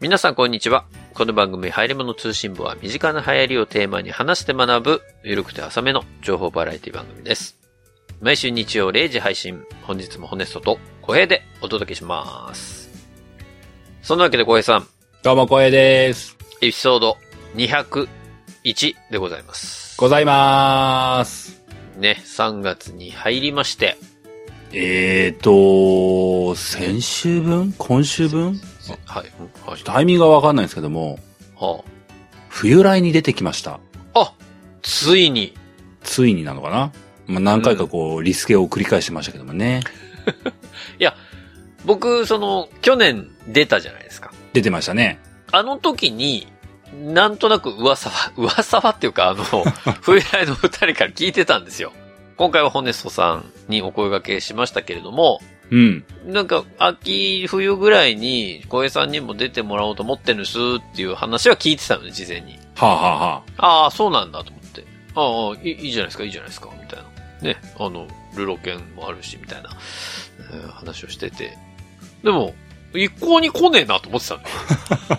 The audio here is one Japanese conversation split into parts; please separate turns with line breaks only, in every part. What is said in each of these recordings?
皆さんこんにちは。この番組、入り物通信部は、身近な流行りをテーマに話して学ぶ、ゆるくて浅めの情報バラエティ番組です。毎週日曜0時配信、本日もホネストと小平でお届けします。そんなわけで小平さん、
どうも、光栄です。
エピソード201でございます。
ございまーす。
ね、3月に入りまして、
えーと、先週分今週分
はい、うんはい、
タイミングがわかんないんですけども、
は
冬来に出てきました。
あ、あ、ついに、
ついになのかなまあ、何回かこう、リスケを繰り返してましたけどもね。
僕、その、去年出たじゃないですか。
出てましたね。
あの時に、なんとなく噂は、 噂はっていうか、あの、冬来の二人から聞いてたんですよ。今回はホネストさんにお声掛けしましたけれども、
うん。
なんか、秋、冬ぐらいに、小江さんにも出てもらおうと思ってるんですっていう話は聞いてたのね、事前に。
はあ、はあはあ、
ああ、そうなんだと思って。ああ、いいいいじゃないですか、いいじゃないですか、みたいな。ね、あの、ルロケンもあるし、みたいな、えー話をしてて。でも、一向に来ねえなと思ってたの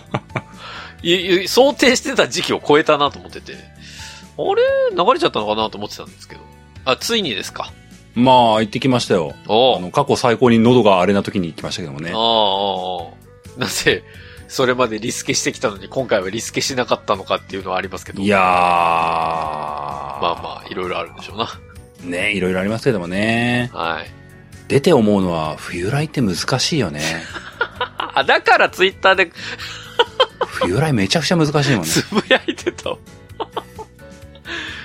よいい想定してた時期を超えたなと思ってて。あれ流れちゃったのかなと思ってたんですけど。あ、ついにですか。
まあ、行ってきましたよ。
お
あの、過去最高に喉が荒れな時に行きましたけどもね
あ。あああ、なぜ、それまでリスケしてきたのに今回はリスケしなかったのかっていうのはありますけど。
いやー。
まあまあ、いろいろあるんでしょうな。
ね、いろいろありますけどもね。
はい。
出て思うのは、冬来って難しいよね。
あ、だからツイッターで
冬来めちゃくちゃ難しいもんね。
つぶやいてたわ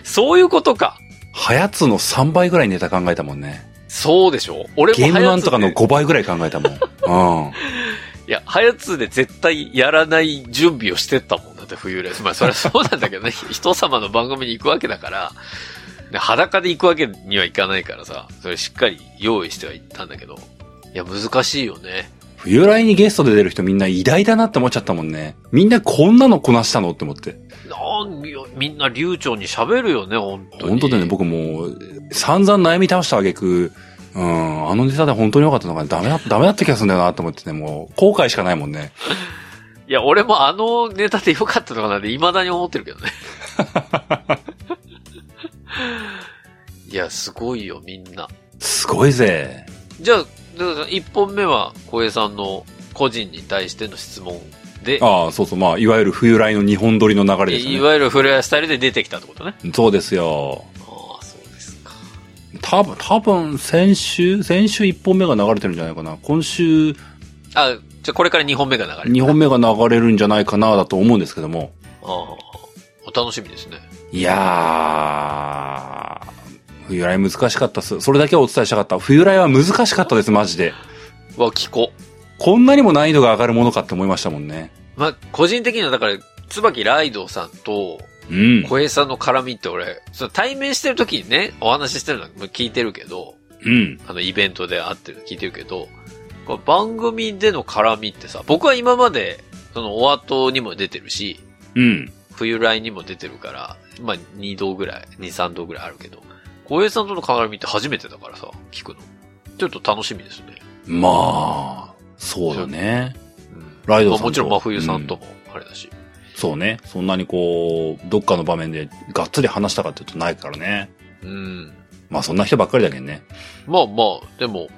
そういうことか。
はやつの3倍ぐらいネタ考えたもんね。
そうでしょ俺も
ゲームなんとかの
はやつで
5倍ぐらい考えたもん。うん。
いや、はやつで絶対やらない準備をしてったもんだって冬レース。まあそれはそうなんだけどね。 人様の番組に行くわけだから、で裸で行くわけにはいかないからさ、それしっかり用意してはいったんだけど。いや、難しいよね。
冬来にゲストで出る人みんな偉大だなって思っちゃったもんね。みんなこんなのこなしたのって思って。
なんよみんな流暢に喋るよね、本当に。
本当だよね、僕もう、散々悩み倒した挙句、うん、あのネタで本当に良かったのかダメだ、ダメだった気がするんだよなって思ってね、もう、後悔しかないもんね。
いや、俺もあのネタでよかったのかなって未だに思ってるけ どね。いや、すごいよ、みんな。
すごいぜ。
じゃあ、だから一本目は小江さんの個人に対しての質問で、
ああ、そうそう、まあ、いわゆる冬来の日本撮りの流れです
いい
よ
わゆるフレアスタイルで出てきたってことね。
ね。そうですよ。
ああ、そうですか。
多分、多分、先週、先週1本目が流れてるんじゃないかな。今週、
あ、じゃあこれから2本目が流れる。
2本目が流れるんじゃないかなだと思うんですけども。
ああ、お楽しみですね。
いやー、冬来難しかったっす。それだけはお伝えしたかった。冬来は難しかったです、マジで。
わ、聞こう。
こんなにも難易度が上がるものかって思いましたもんね。
まあ、個人的にはだから、椿ライドウさんと、
うん。
小平さんの絡みって俺、その対面してる時にね、お話ししてるのは聞いてるけど、
うん。
あの、イベントで会ってるの聞いてるけど、こう番組での絡みってさ、僕は今まで、その、お後にも出てるし、
うん。
冬来にも出てるから、まあ、2度ぐらい、2、3度ぐらいあるけど、小平さんとの絡みって初めてだからさ、聞くの。ちょっと楽しみですね。
まあ、そうだね。
うん。
ライド
まあ、
さんと
もちろん真冬さんとも、あれだし。
そうね。そんなにこう、どっかの場面でがっつり話したかって言うとないからね。
うん。
まあそんな人ばっかりだけどね。
まあまあ、でも、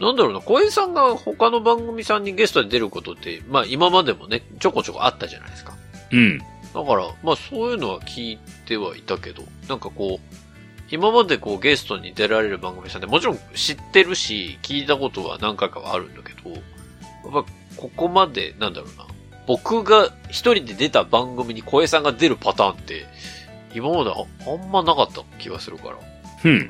なんだろうな、小江さんが他の番組さんにゲストで出ることって、まあ今までもね、ちょこちょこあったじゃないですか。
うん。
だから、まあそういうのは聞いてはいたけど、なんかこう、今までこうゲストに出られる番組さんってもちろん知ってるし、聞いたことは何回かはあるんだけど、やっぱここまで、なんだろうな、僕が一人で出た番組に小江さんが出るパターンって、今までああんまなかった気がするから。
うん。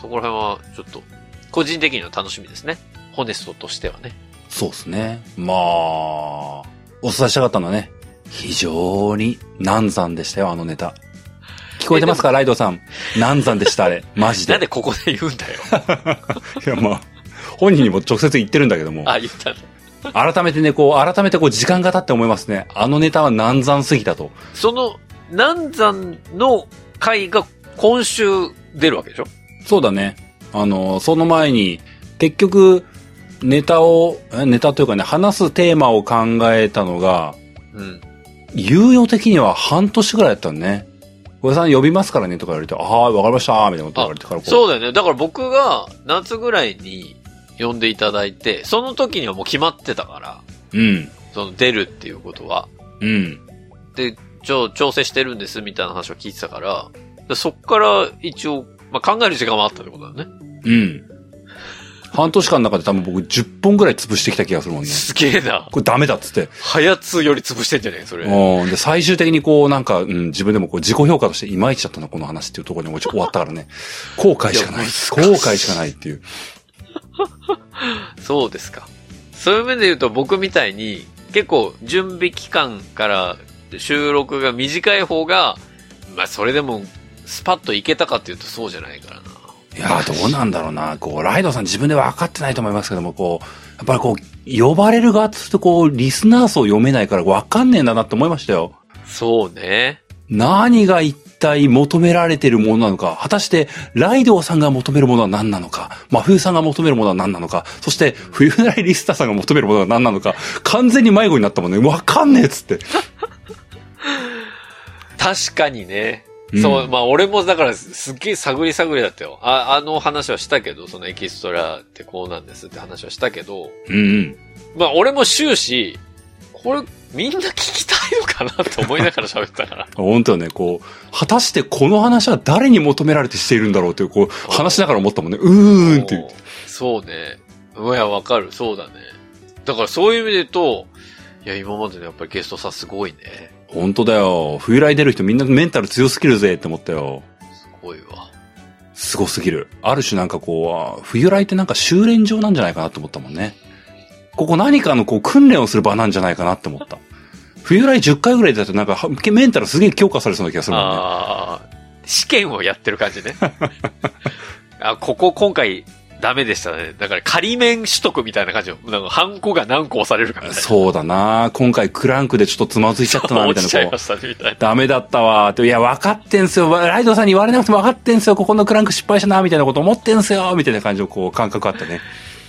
そこら辺は、ちょっと、個人的には楽しみですね。ホネストとしてはね。
そうですね。まあ、お伝えしたかったのはね、非常に難産でしたよ、あのネタ。聞こえてますか、ライドさん。難産でした、あ れ。マジで。
なんでここで言うんだ よ。
いや、まあ、本人にも直接言ってるんだけども、
あ、言ったんだ。
改めてね、こう、改めてこう、時間が経って思いますね。あのネタは難産すぎたと。
その、南山の回が今週出るわけでしょ
そうだね。あの、その前に、結局、ネタを、えネタというかね、話すテーマを考えたのが、
うん。
猶予的には半年ぐらいだったのね。小田さん呼びますからねとか言われて、ああ、わかりましたーみたいなこと言われてからこ
そうだよね。だから僕が夏ぐらいに呼んでいただいて、その時にはもう決まってたから、
う。うん。
その出るっていうことは。
うん。
で、ちょ、調整してるんですみたいな話を聞いてたから、でそっから一応、まあ、考える時間もあったってことだよね。
うん。半年間の中で多分僕10本ぐらい潰してきた気がするもんね。
すげえな。
これダメだっつって。
早通より潰してんじゃねえそれ。
うん。で、最終的にこう、なんか、うん、自分でもこう、自己評価としていまいちだったな、この話っていうところに落ち終わったからね。後悔しかない。
いや難しい
後悔しかないっていう。
そうですか。そういう面で言うと僕みたいに、結構準備期間から収録が短い方が、まあそれでもスパッといけたかっていうとそうじゃないからな。
いやー、どうなんだろうな。こう、ライドさん自分では分かってないと思いますけども、こう、やっぱりこう、呼ばれる側としてこう、リスナー層読めないから分かんねえんだなって思いましたよ。
そうね。
何が一体求められてるものなのか、果たして、ライドさんが求めるものは何なのか、真冬さんが求めるものは何なのか、そして、冬なりリスターさんが求めるものは何なのか、完全に迷子になったもんね。分かんねえっつって。
確かにね。そう、
ん
まあ俺もだからすすっげえ探り探りだったよ。あ、あの話はしたけど、そのエキストラってこうなんですって話はしたけど、
うん
まあ俺も終始、これみんな聞きたいのかなって思いながら喋ってたから。
本当よね、こう、果たしてこの話は誰に求められてしているんだろうという、こう、話しながら思ったもんね。うーんっていう。
そうね。うんいや、わかる。そうだね。だからそういう意味で言うと、いや、今までのやっぱりゲストさんすごいね。
本当だよ。冬来出る人みんなメンタル強すぎるぜって思ったよ。
すごいわ。
すごすぎる。ある種なんかこうあ、冬来ってなんか修練場なんじゃないかなと思ったもんね。ここ何かのこう訓練をする場なんじゃないかなって思った。冬来10回ぐらいだとなんかはメンタルすげえ強化されそうな気がするもんね。
ああ、試験をやってる感じね。 あ、ここ今回ダメでしたね。だから仮免取得みたいな感じよ。なんかハンコが何個押されるかみたいな。
そうだな今回クランクでちょっとつまずいちゃったなみた
落
い
ち
な
ちゃい
こ
ま
う
したね、みたいな。
ダメだったわーって、いや、分かってんすよ。ライドさんに言われなくても分かってんすよ。ここのクランク失敗したな、みたいなこと思ってんすよ。みたいな感じのこう、感覚あったね。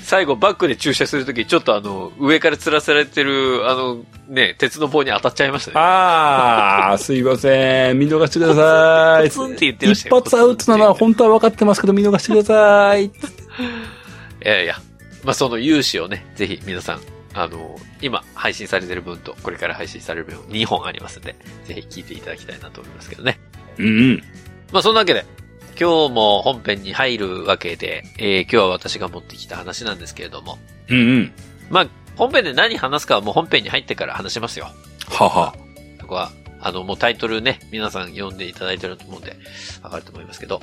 最後バックで駐車するとき、ちょっとあの、上から吊らされてる、あの、ね、鉄の棒に当たっちゃいましたね。
あー、すいません。見逃してくださ
ポ
い。
ツンって言ってましたよ
一発アウトなのは本当は分かってますけど、見逃してください。
いやいや、まあ、その融資をね、ぜひ皆さん、あの、今配信されてる分と、これから配信される分、2本ありますんで、ぜひ聞いていただきたいなと思いますけどね。
うんうん。
まあ、そんなわけで、今日も本編に入るわけで、えー今日は私が持ってきた話なんですけれども、
うんうん。
まあ、本編で何話すかはもう本編に入ってから話しますよ。
はは。
そこは、あの、もうタイトルね、皆さん読んでいただいてると思うんで、わかると思いますけど、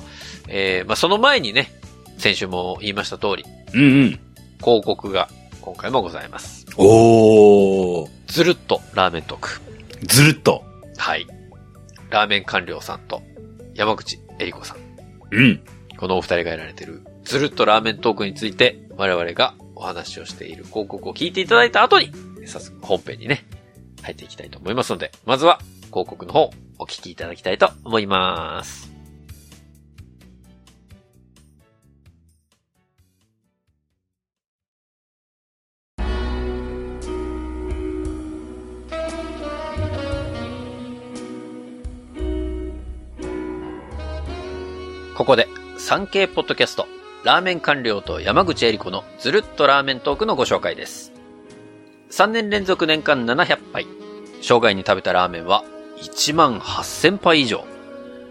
えーまあ、その前にね、先週も言いました通り、
うんうん。
広告が今回もございます。
おー。
ずるっとラーメントーク。
ずるっと。
はい。ラーメン官僚さんと山口恵里子さん。
うん。
このお二人がやられてるずるっとラーメントークについて我々がお話をしている広告を聞いていただいた後に、早速本編にね、入っていきたいと思いますので、まずは広告の方お聞きいただきたいと思います。ここで産経ポッドキャスト、ラーメン官僚と山口恵理子のずるっとラーメントークのご紹介です。3年連続年間700杯。生涯に食べたラーメンは1万8000杯以上。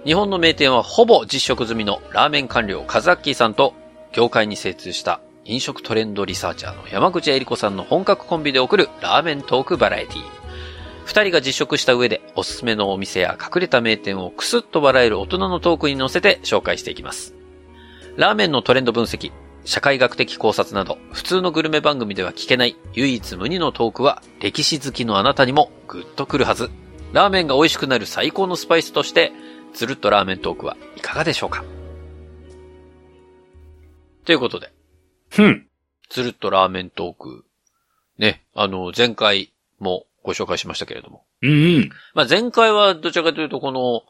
日本の名店はほぼ実食済みのラーメン官僚カザッキーさんと、業界に精通した飲食トレンドリサーチャーの山口恵理子さんの本格コンビで送るラーメントークバラエティー。二人が実食した上でおすすめのお店や隠れた名店をクスッと笑える大人のトークに乗せて紹介していきます。ラーメンのトレンド分析、社会学的考察など、普通のグルメ番組では聞けない唯一無二のトークは、歴史好きのあなたにもグッとくるはず。ラーメンが美味しくなる最高のスパイスとして、つるっとラーメントークはいかがでしょうかということで、
ふん。
つるっとラーメントーク。ね、あの、前回もご紹介しましたけれども、
うんうん。
まあ、前回はどちらかというと、この、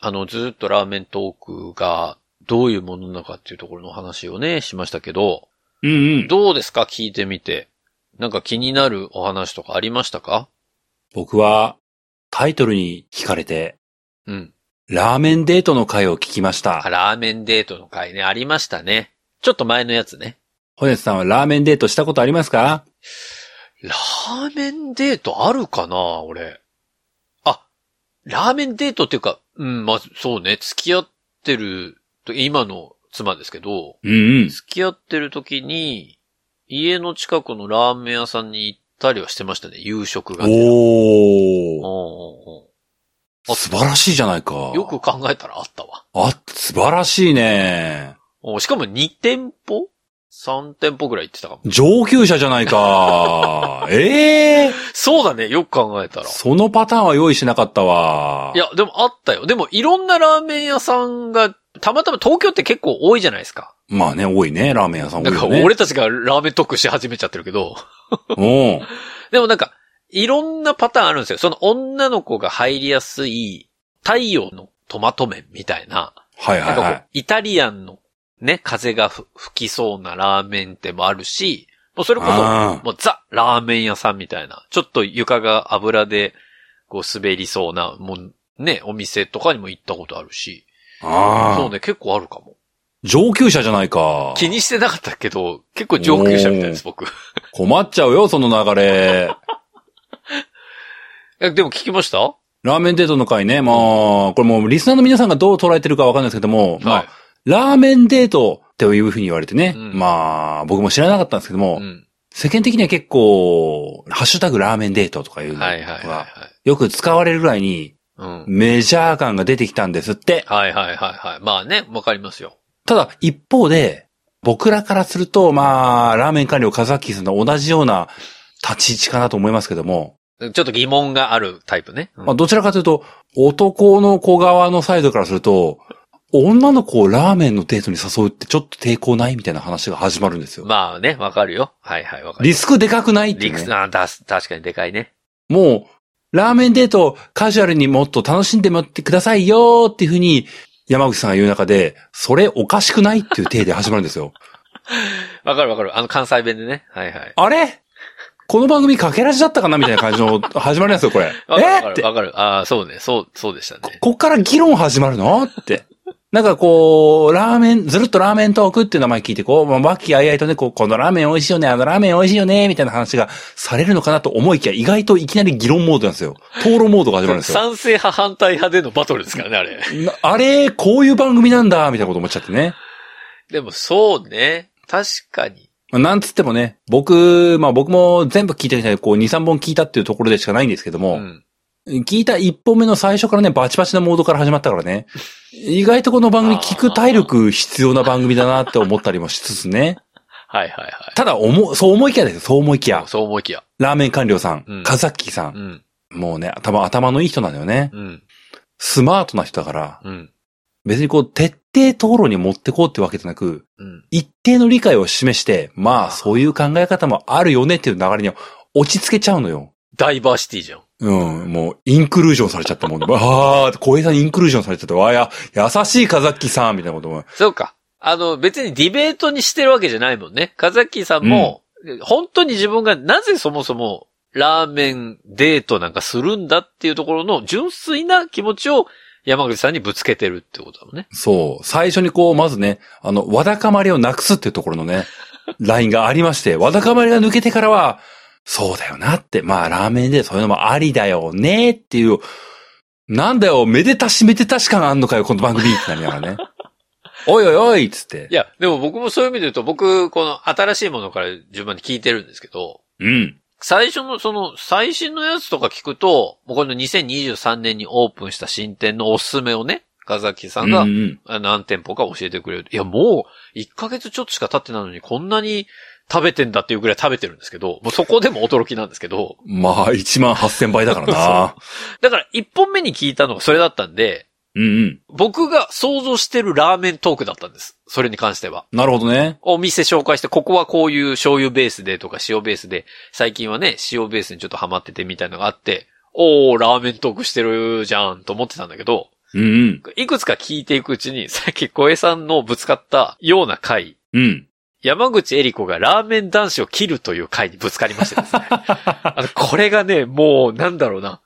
あの、ずっとラーメントークがどういうものなのかっていうところの話をね、しましたけど、
うんうん。
どうですか聞いてみて。なんか気になるお話とかありましたか
僕はタイトルに惹かれて、
うん。
ラーメンデートの回を聞きまし
あ
た。
ラーメンデートの回ね、ありましたね。ちょっと前のやつね。
ホネスさんはラーメンデートしたことありますか
ラーメンデートあるかな俺。あ、ラーメンデートっていうか、うん、まあ、そうね、付き合ってると、今の妻ですけど、
うんうん。
付き合ってる時に、家の近くのラーメン屋さんに行ったりはしてましたね、夕食が、ね。
おー。
おおあ
素晴らしいじゃないか。
よく考えたらあったわ。
あ、素晴らしいね。
おしかも2店舗 ?3 店舗ぐらい行ってたかも。
上級者じゃな いか。ええ
そうだね、よく考えたら。
そのパターンは用意しなかったわ。
いや、でもあったよ。でもいろんなラーメン屋さんが、たまたま東京って結構多いじゃないですか。
まあね、多いね、ラーメン屋さん多
ないんか
よね。
俺たちがラーメン特集し始めちゃってるけど。
うん。
でもなんか、いろんなパターンあるんですよ。その女の子が入りやすい、太陽のトマト麺みたいな。
はい
な
は
ん
い
かこ
は
う
い。、
イタリアンのね、風がふ吹きそうなラーメン店もあるし、もうそれこそ、
あー
もうザ・ラーメン屋さんみたいな、ちょっと床が油で、こう滑りそうな、もうね、お店とかにも行ったことあるし、
あ
そう
ー。
ね、結構あるかも。
上級者じゃないか。
気にしてなかったけど、結構上級者みたいです、僕。い
困っちゃうよ、その流れ。
やでも聞きました
ラーメンデートの回ね、まあ、これもうリスナーの皆さんがどう捉えてるかわかんないですけども、ま
はい
あ、。ラーメンデートっていうふうに言われてね、
うん
まあ、僕も知らなかったんですけども、
うん。
世間的には結構、ハッシュタグラーメンデートとかいうの
はいはいはいはい
が、。よく使われるぐらいに
うん。
メジャー感が出てきたんですって。
はいはいはいはい。まあね、わかりますよ。
ただ、一方で、僕らからすると、まあ、ラーメン官僚カザキさんと同じような立ち位置かなと思いますけども、
ちょっと疑問があるタイプね。うん
まあ、どちらかというと、男の子側のサイドからすると、女の子をラーメンのデートに誘うってちょっと抵抗ないみたいな話が始まるんですよ。
まあね、わかるよ。はいはい、わかる。
リスクでかくないって
リ
いう、
クス、
ね。
あ、だす、確かにでかいね。
もう、ラーメンデートをカジュアルにもっと楽しんでもらってくださいよーっていうふうに、山口さんが言う中で、それおかしくないっていう体で始まるんですよ。
わかるわかる。あの関西弁でね。はいはい。
あれこの番組かけらじだったかなみたいな感じの 始まりなんですよ、これ。
わ
え
か
ーっ
る
て、こ
わかる。ああ、そうね。そう、そうでしたね。
こっから議論始まるのって。なんかこう、ラーメン、ずるっとラーメントークっていう名前聞いて、こう、まあ、和気あいあいとね、こう、このラーメン美味しいよね、あのラーメン美味しいよね、みたいな話がされるのかなと思いきや、意外といきなり議論モードなんですよ。討論モードが始まるんですよ。
賛成派反対派でのバトルですからね、あれ。
なあれ、こういう番組なんだ、みたいなこと思っちゃってね。
でもそうね。確かに。
まあなんつってもね、僕、まあ僕も全部聞いてきたこう2、3本聞いたっていうところでしかないんですけど
う
も、
ん。
聞いた1本目の最初からね、バチバチなモードから始まったからね、意外とこの番組聞く体力必要な番組だなって思ったりもしつつね、
はいはいは
ただ思う、そう思いきやですよ、そう思いきや
い。。そう思いきや。
ラーメン官僚さん、
うん
カザッキーさ、
うんん。
もうね、頭、頭のいい人なんだよね。
うん。
スマートな人だから、
うん。
別にこう、徹底討論に持ってこうってわけじゃなく、
うん。
一定の理解を示して、まあ、そういう考え方もあるよねっていう流れに落ち着けちゃうのよ。
ダイバーシティじゃん。
うん、もう、インクルージョンされちゃったもん。 わあ、小平さんインクルージョンされちゃった。わあ、や、優しい風崎さんみたいなことも。
そうか。あの、別にディベートにしてるわけじゃないもんね。カザキさんも、本当に自分がなぜそもそもラーメンデートなんかするんだっていうところの純粋な気持ちを山口さんにぶつけてるってことだもんね。
そう。最初にこう、まずね、あの、わだかまりをなくすっていうところのね、 ラインがありまして、わだかまりが抜けてからは、そうだよなって、まあ、ラーメンでそういうのもありだよねっていう、なんだよ、めでたしめでたし感あんのかよ、この番組ってなりながらね。 おいおいおいっつって
い。や、でも僕もそういう意味で言うと、僕、この新しいものから順番に聞いてるんですけど、
うん。
最初の、その、最新のやつとか聞くと、もうこの2023年にオープンした新店のおすすめをね、カザキさんが
うんうん
あ何店舗か教えてくれる。いや、もう、1ヶ月ちょっとしか経ってないのに、こんなに食べてんだっていうぐらい食べてるんですけど、もうそこでも驚きなんですけど、
まあ、1万8000倍だから な。
だから1本目に聞いたのがそれだったんで、
うんうん。
僕が想像してるラーメントークだったんです。それに関しては。
なるほどね。
お店紹介して、ここはこういう醤油ベースでとか塩ベースで、最近はね、塩ベースにちょっとハマっててみたいなのがあって、おー、ラーメントークしてるじゃんと思ってたんだけど、
うんうん。
いくつか聞いていくうちに、さっき小江さんのぶつかったような回、
うん。
山口恵理子がラーメン男子を切るという回にぶつかりましてです ね。あの、これがね、もう、なんだろうな。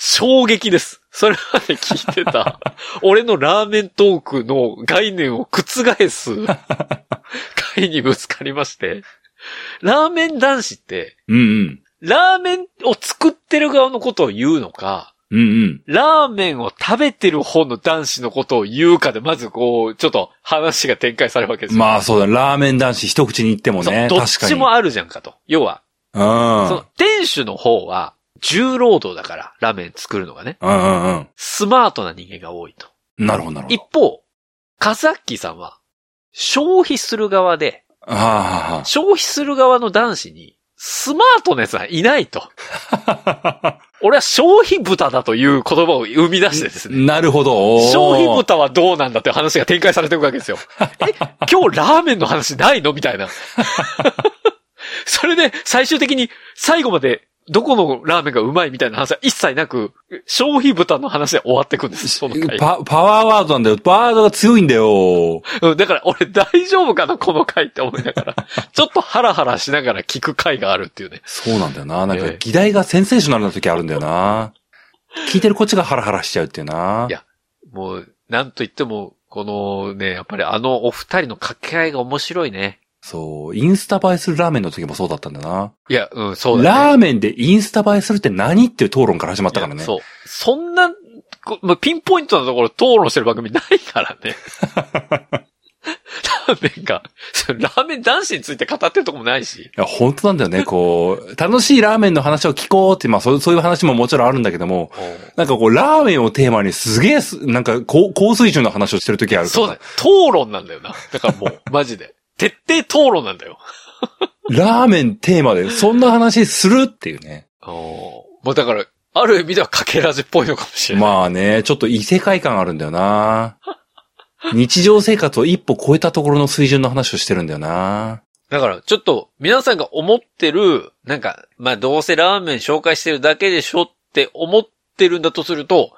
衝撃です。それまで聞いて た、俺のラーメントークの概念を覆す回にぶつかりまして、ラーメン男子って、
うんうん。
ラーメンを作ってる側のことを言うのか、
うんうん。
ラーメンを食べてる方の男子のことを言うかで、まずこう、ちょっと話が展開されるわけですよ。
まあそうだ、ラーメン男子一口に言っても
そう
ね。
どっ
確かに。
ちもあるじゃんかと。要は、
うん。
その店主の方は、重労働だから、ラーメン作るのがね、
うんうん
スマートな人間が多いと。
うん。なるほど、なるほ
一
ど。
方、カズアッキーさんは、消費する側で、
ああはあはあ
消費する側の男子に、スマートなやつはいないと。 俺は消費豚だという言葉を生み出してですね。
なるほど。おー
消費豚はどうなんだという話が展開されていくわけ ですよ。え、今日ラーメンの話ないのみたいな。それで最終的に最後までどこのラーメンがうまいみたいな話は一切なく、消費豚の話で終わっていくんです。その 回。
パパワーワードなんだよ。ワードが強いんだよ。
うん、だから俺大丈夫かなこの回って思いながら。ちょっとハラハラしながら聞く回があるっていうね。
そうなんだよな。なんか
ええ、
議題がセンセーショナルな時あるんだよな。聞いてるこっちがハラハラしちゃうっていうな。
いやもう、なんと言っても、このね、やっぱりあのお二人の掛け合いが面白いね。
そう、インスタ映えするラーメンの時もそうだったんだよな。
いや、うん、そうだね。
ラーメンでインスタ映えするって何っていう討論から始まったから
い
ね
や。そう。そんな、こまあ、ピンポイントなところ討論してる番組ないから ね。ラーメンが、そのラーメン男子について語ってるとこもないし。
いや、本当なんだよ ね。こう、楽しいラーメンの話を聞こうって、まあそう、そういう話ももちろんあるんだけども、なんかこう、ラーメンをテーマにすげえす、なんか高、高水準の話をしてる時あるか
そう
ら
だね。討論なんだよな。だからも う、マジで。徹底討論なんだよ。
ラーメンテーマで、そんな話するっていうね。
もうだから、ある意味ではかけらじっぽいのかもしれない。
まあね、ちょっと異世界感あるんだよ な。日常生活を一歩超えたところの水準の話をしてるんだよな。
だから、ちょっと、皆さんが思ってる、なんか、まあ、どうせラーメン紹介してるだけでしょって思ってるんだとすると、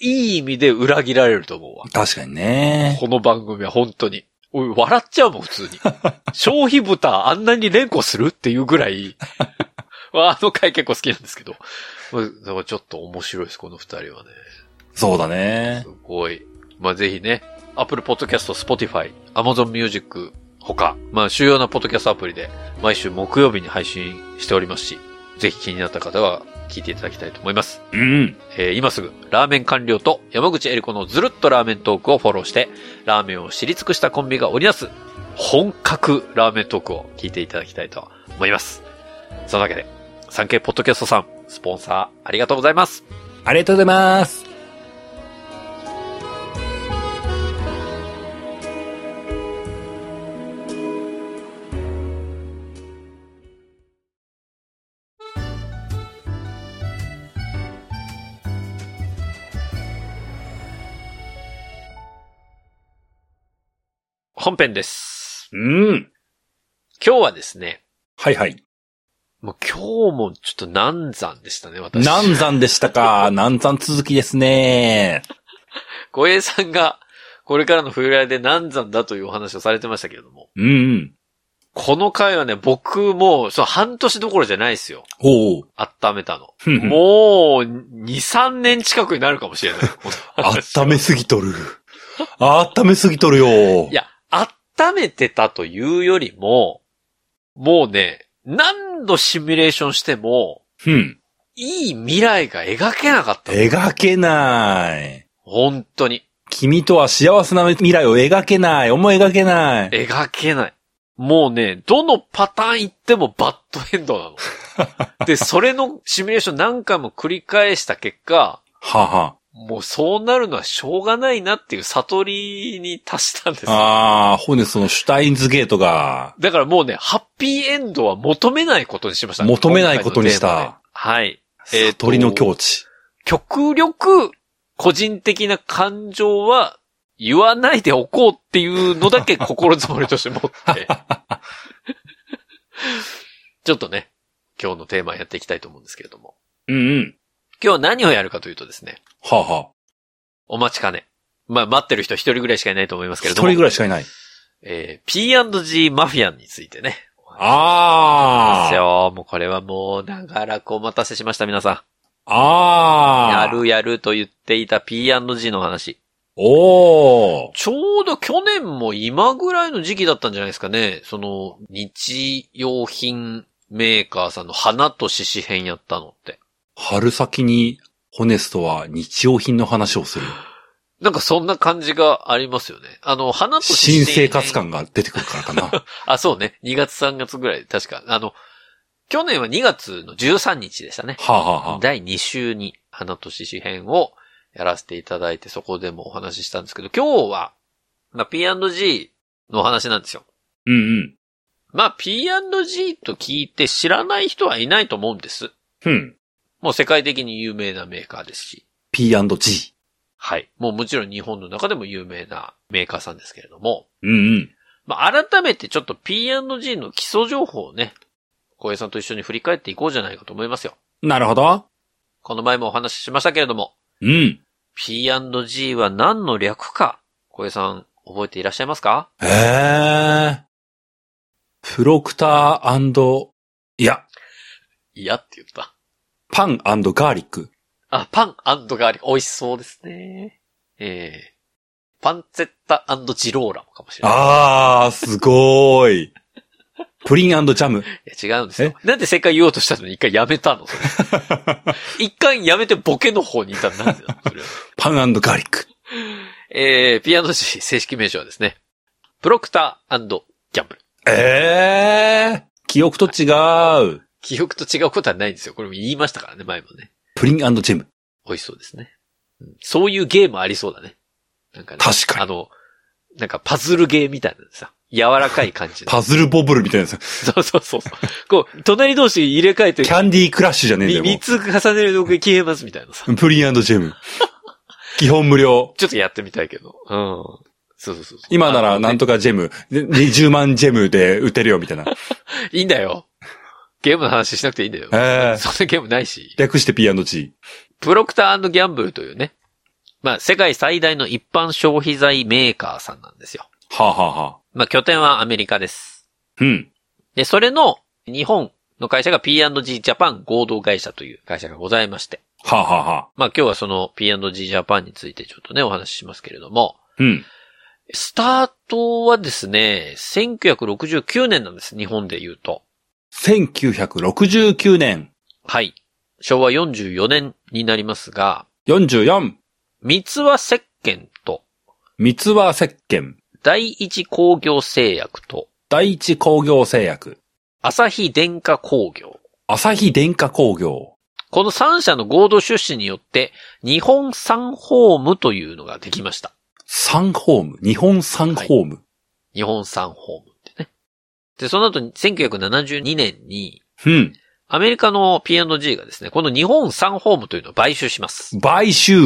いい意味で裏切られると思うわ。
確かにね。
この番組は本当に。おい笑っちゃうもん、普 通に。消費豚あんなに連呼するっていうぐらい。あの回結構好きなんですけど。だからちょっと面白いです、この二人はね。
そうだね
す。ごい。まあ、ぜひね、Apple Podcast、Spotify、Amazon Music、他、まあ、主要なポッドキャストアプリで、毎週木曜日に配信しておりますし、ぜひ気になった方は聞いていただきたいと思います。
うん。
えー今すぐ、ラーメン官僚と山口恵理子のずるっとラーメントークをフォローして、ラーメンを知り尽くしたコンビが織りなす、本格ラーメントークを聞いていただきたいと思います。そのわけで、産経ポッドキャストさん、スポンサーありがとうございます。
ありがとうございます。
本編です。
うん。
今日はですね、
はいはい。
もう今日もちょっと難産でしたね、私。
難産でしたか。難産続きですね。
小平さんが、これからの冬来で難産だというお話をされてましたけれども、
うんうん。
この回はね、僕も、そう、半年どころじゃないですよ。
ほう。
温めたの。
ふんふん
もう、2、3年近くになるかもしれない。この話
温めすぎとる。温めすぎとるよ。
いや、温めてたというよりも、もうね、何度シミュレーションしても、
うん。
いい未来が描けなかったの。
描けない。
本当に。
君とは幸せな未来を描けない。思い描けない。
描けない。もうね、どのパターン行ってもバッドエンドなの。で、それのシミュレーション何回も繰り返した結果、
はあは
もうそうなるのはしょうがないなっていう悟りに達したんです。だ
あ。ああ、ほんでそのシュタインズゲートが。
からもうね、ハッピーエンドは求めないことにしました。
求めないことにした
今回のテーマではい。えーと
鳥の境地。
極力、個人的な感情は言わないでおこうっていうのだけ心づもりとして持 って。ちょっとね、今日のテーマやっていきたいと思うんですけれども。
うんうん。
今日は何をやるかというとですね、
はあはあ。
お待ちかね。まあ、待ってる人一人ぐらいしかいないと思いますけ
一
れども。
人ぐらいしかいない。
えー、P&G マフィアンについてね。
あ
です
ー。
よ。もうこれはもう長らくお待たせしました、皆さん。
あ
や
ー。
るやると言っていた P&G の話。
おー。
ちょうど去年も今ぐらいの時期だったんじゃないですかね。その、日用品メーカーさんの花と獅子編やったのって。
春先に、ホネストは日用品の話をする。
なんかそんな感じがありますよね。あの、花と獅子編
新生活。感が出てくるからかな。
あ、そうね。2月3月ぐらい、確か。あの、去年は2月の13日でしたね。
はあ、はあはあ、
第2週に花と獅子編をやらせていただいて、そこでもお話ししたんですけど、今日は、まあ、P&G のお話なんですよ。
うんうん。
まあ、P&G と聞いて知らない人はいないと思うんです。
うん。
もう世界的に有名なメーカーですし。
P&G。
はい。もうもちろん日本の中でも有名なメーカーさんですけれども。
うんうん。
まあ、改めてちょっと P&G の基礎情報をね、小江さんと一緒に振り返っていこうじゃないかと思いますよ。
なるほど。
この前もお話ししましたけれども、
うん。
P&G は何の略か、小江さん覚えていらっしゃいますか
へえ。プロクターいや、
いやって言った。
パンガーリック。
あ、パンガーリック、美味しそうですね。ええパンツェッタジローラもかもしれない。
あー、すごーい。プリンジャム。
いや違うんですよ。なんで正解言おうとしたのに一回やめ たのそれ一回やめてボケの方にいたらなんでなのそれは
パンガーリック。
えー、P&G 正式名称はですね、プロクターギャンブル。
えー、記憶と違う。
記憶と違うことはないんですよ。これも言いましたからね、前もね。
プリンジェム。
美味しそうですね。うんそういうゲームありそうだね。なんかね。
確かに
あの、なんかパズルゲーみたいなのさ、柔らかい感じの。
パズルボブルみたいなやつ。
そうそうそうそう。こう、隣同士入れ替えて
キ、ャンディークラッシュじゃねえんだよ
3つ重ねると消えますみたいなさ。
もう。プリンジェム。基本無料。
ちょっとやってみたいけど。うん。そうそうそうそう。
今な
あ
ら
のね
なんとかジェム、で20万ジェムで売ってるよみたい な。
いいんだよ。ゲームの話しなくていいんだよ。
えー、
そんなゲームないし。
略して P&G。
プロクターギャンブルというね。まあ、世界最大の一般消費財メーカーさんなんですよ。
はあ、はあはあ、
まあ、拠点はアメリカです。
うん。
で、それの日本の会社が P&G ジャパン合同会社という会社がございまして。
はあ、はあはあ、
まあ、今日はその P&G ジャパンについてちょっとね、お話ししますけれども。
うん。
スタートはですね、1969年なんです。日本で言うと。
1969年
はい。昭和44年になりますが、
44、
三つ輪石鹸と
三つ葉石鹸、
第一工業製薬と
第一工業製薬、
朝日電化工業。
朝日電化工業。
この3社の合同出資によって、日本サンホームというのができました。
サンホーム、日本サンホーム。
日本サンホームってね。で、その後、1972年に、
うん。
アメリカの P&G がですね、この日本サンホームというのを買収します。
買収。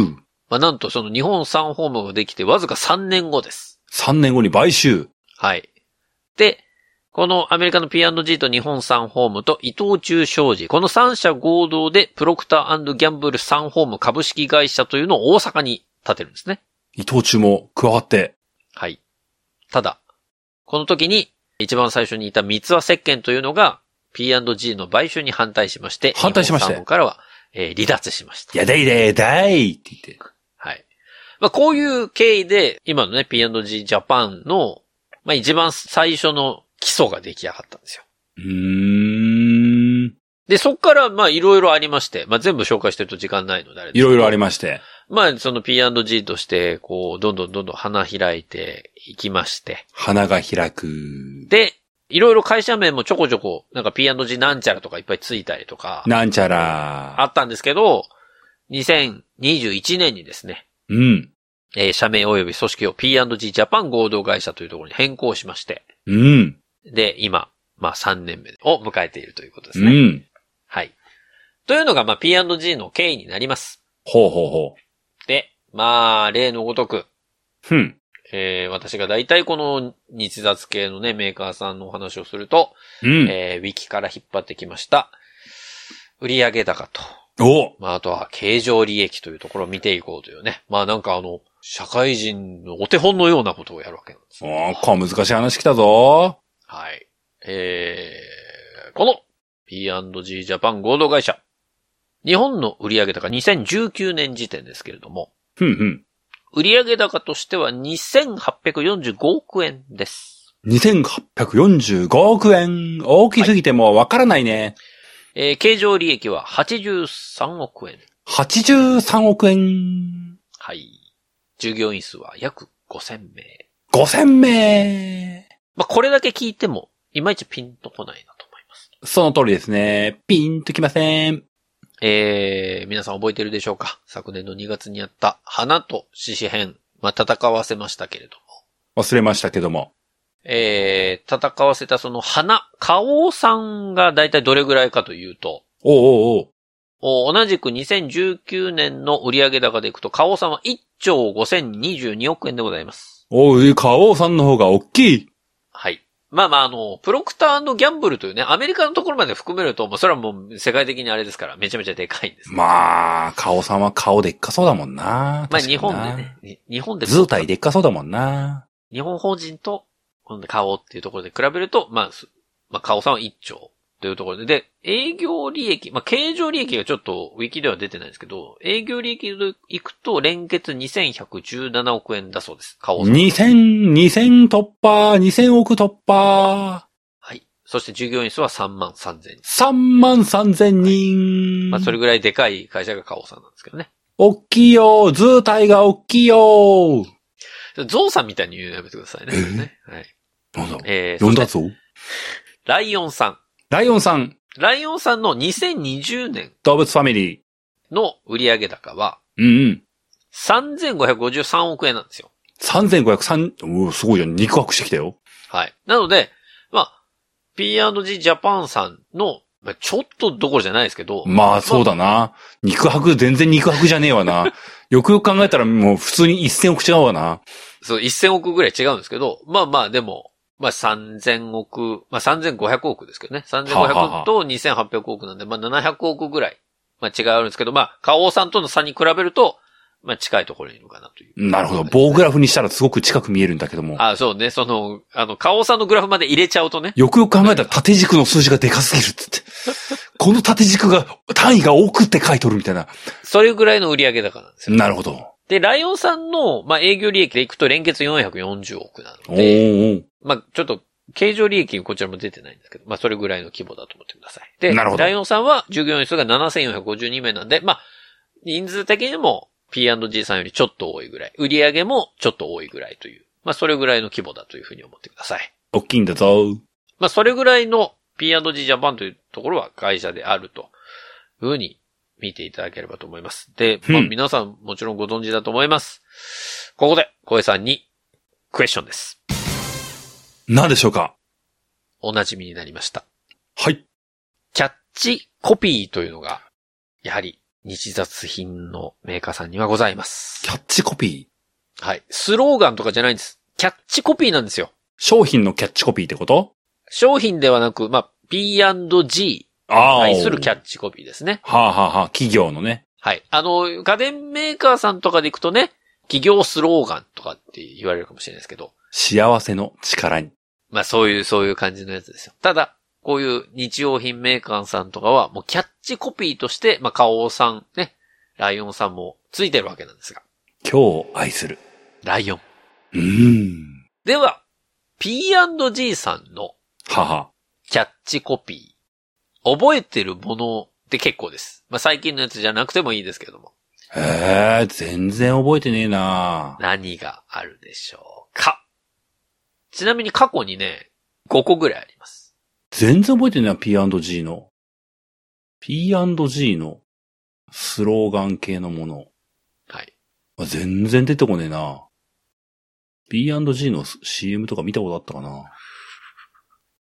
まあ、なんとその日本サンホームができてわずか3年後です。
3年後に買収。
はい。で、このアメリカの P&G と日本サンホームと伊藤忠商事、この3社合同でプロクターギャンブルサンホーム株式会社というのを大阪に建てるんですね。
伊藤忠も加わって。
はい。ただ、この時に一番最初にいた三つ輪石鹸というのが P&G の買収に反対しまして、
反対しまし
日本サ
て
ンホームからは、えー離脱しました。
やだいでーだいって言って。
はい。まあ、こういう経緯で、今のね、P&G ジャパンの、まあ、一番最初の基礎が出来上がったんですよ。
うーん。
で、そっから、まあ、いろいろありまして、まあ、全部紹介してると時間ないのであれですけ
い
ど
ろいろありまして。
まあ、その P&G として、こう、どんどんどんどん花開いていきまして、
花が開く。
で、いろいろ会社名もちょこちょこ、なんか P&G なんちゃらとかいっぱいついたりとか、
なんちゃ
あ
ら。
ったんですけど、2021年にですね、
うん。
えー社名及び組織を P&G ジャパン合同会社というところに変更しまして、
うん。
で、今、まあ3年目を迎えているということです
う
ね。
ん。
はい。というのが、まあ P&G の経緯になります。
ほうほうほ
で、まあ、例のごとく、
う。うん。
えー私が大体この日雑系のね、メーカーさんのお話をすると、
うん。
えーウィキから引っ張ってきました。売上高と、
お
まあ、あとは経常利益というところを見ていこうというね。まあなんかあの、社会人のお手本のようなことをやるわけなんです
お
ね。
ー、こう難しい話来たぞ。
はい。えー、この P&G ジャパン合同会社。日本の売上高2019年時点ですけれども、
ふんふん。
売上高としては2845億円です。
2845億円。大きすぎてもうわからないね。
えー、経常利益は83億円。
83億円。
はい。従業員数は約5000名。
5000名。
まあ、これだけ聞いても、いまいちピンとこないなと思います。
その通りですね。ピンときません。
えー、皆さん覚えてるでしょうか昨年の2月にやった花と獅子編。まあ、戦わせましたけれども。
忘れましたけども。
えー、戦わせたその花、花王さんがだいたいどれぐらいかというと、
おうおうおう
お同じく2019年の売上高でいくと、花王さんは1兆5022億円でございます。
おう、花王さんの方が大きい。
はい。まあまあ、あの、プロクターギャンブルというね、アメリカのところまで含めると、もうそれはもう世界的にあれですから、めちゃめちゃでかいんです。
まあ、顔さんは顔でっかそうだもんな。
まあ
確か
日
にな
本でね、に日本で、
図体でっかそうだもんな。
日本法人と、この顔っていうところで比べると、まあ、すまあ、顔さんは1兆というところで、で、営業利益、まあ、経常利益がちょっと、ウィキでは出てないですけど、営業利益でいくと、連結2117億円だそうです。顔さん。
2000、2000突破、2000億突破、
はい。そして従業員数は3万3000人。
3万3000人。
まあ、それぐらいでかい会社が顔さんなんですけどね。
おっきいよ図体がおっきいよ
ゾウさんみたいに言うのやめてくださいね。
え
ねはい。
なんだ
えー、
呼んだ
そして
ぞ
ライオンさん。
ライオンさん、
ライオンさんの2020年
動物ファミリー。
の売上高は、
うんうん。
3553億円なんですよ。
3503、うおすごいじゃん。肉薄してきたよ。
はい。なので、まあ、P&G ジャパンさんの、まあ、ちょっとどころじゃないですけど、
まあ、そうだな。肉薄、全然肉薄じゃねえ わな。よくよく考えたらもう普通に1000億違うわな。
そう、1000億ぐらい違うんですけど、まあまあ、でも、まあ3000億、まあ3500億ですけどね。
はあは
3500
あ
億と2800億なんで、まあ700億ぐらい、まあ違いあるんですけど、まあ、花王さんとの差に比べると、まあ近いところにいるかなという。
なるほど。棒グラフにしたらすごく近く見えるんだけども。
あそうね。その、あの、花王さんのグラフまで入れちゃうとね。
よくよく考えたら縦軸の数字がでかすぎるっつって。この縦軸が、単位が多くって書いとるみたいな。
それぐらいの売上高なんですよ。
なるほど。
で、ライオンさんの、まあ、営業利益でいくと連結440億な
お
の
ーお
で、
ー
まあ、ちょっと、経常利益こちらも出てないんですけど、まあ、それぐらいの規模だと思ってください。で、
なるほど
ライオンさんは従業員数が7452名なんで、まあ、人数的にも P&G さんよりちょっと多いぐらい、売上もちょっと多いぐらいという、まあ、それぐらいの規模だというふうに思ってください。
大きいんだぞ。
まあ、それぐらいの P&G ジャパンというところは会社であるというふうに見ていただければと思います。で、まあ、
うん
皆さんもちろんご存知だと思います。ここで、小江さんにクエスチョンです。
なんでしょうか
お馴染みになりました。
はい。
キャッチコピーというのが、やはり日雑品のメーカーさんにはございます
キ。ャッチコピー。
はい。スローガンとかじゃないんです。キャッチコピーなんですよ。
商品のキャッチコピーってこと
商品ではなく、まあ、P&G
ああ。
対するキャ
チ。
ッチコピーですね。
はあはあはあ、企業のね。
はい。あの、家電メーカーさんとかで行くとね、企業スローガンとかって言われるかもしれないですけど、
幸せの力に。
まあそういう、そういう感じのやつですよ。ただ、こういう日用品メーカーさんとかは、もうキャッチコピーとして、まあ、花王さん、ね、ライオンさんもついてるわけなんですが、
今日を愛する。
ライオン。
うーん。
では、P&G さんの
はは。
キャッチコピー、覚えてるもので結構です。まあ最近のやつじゃなくてもいいですけども、
へえ、全然覚えてねえな
何があるでしょうかちなみに過去にね、5個ぐらいあります。
全然覚えてねえな、P&G の。P&G のスローガン系のもの。
はい。
あ全然出てこねえな。P&G の CM とか見たことあったかな。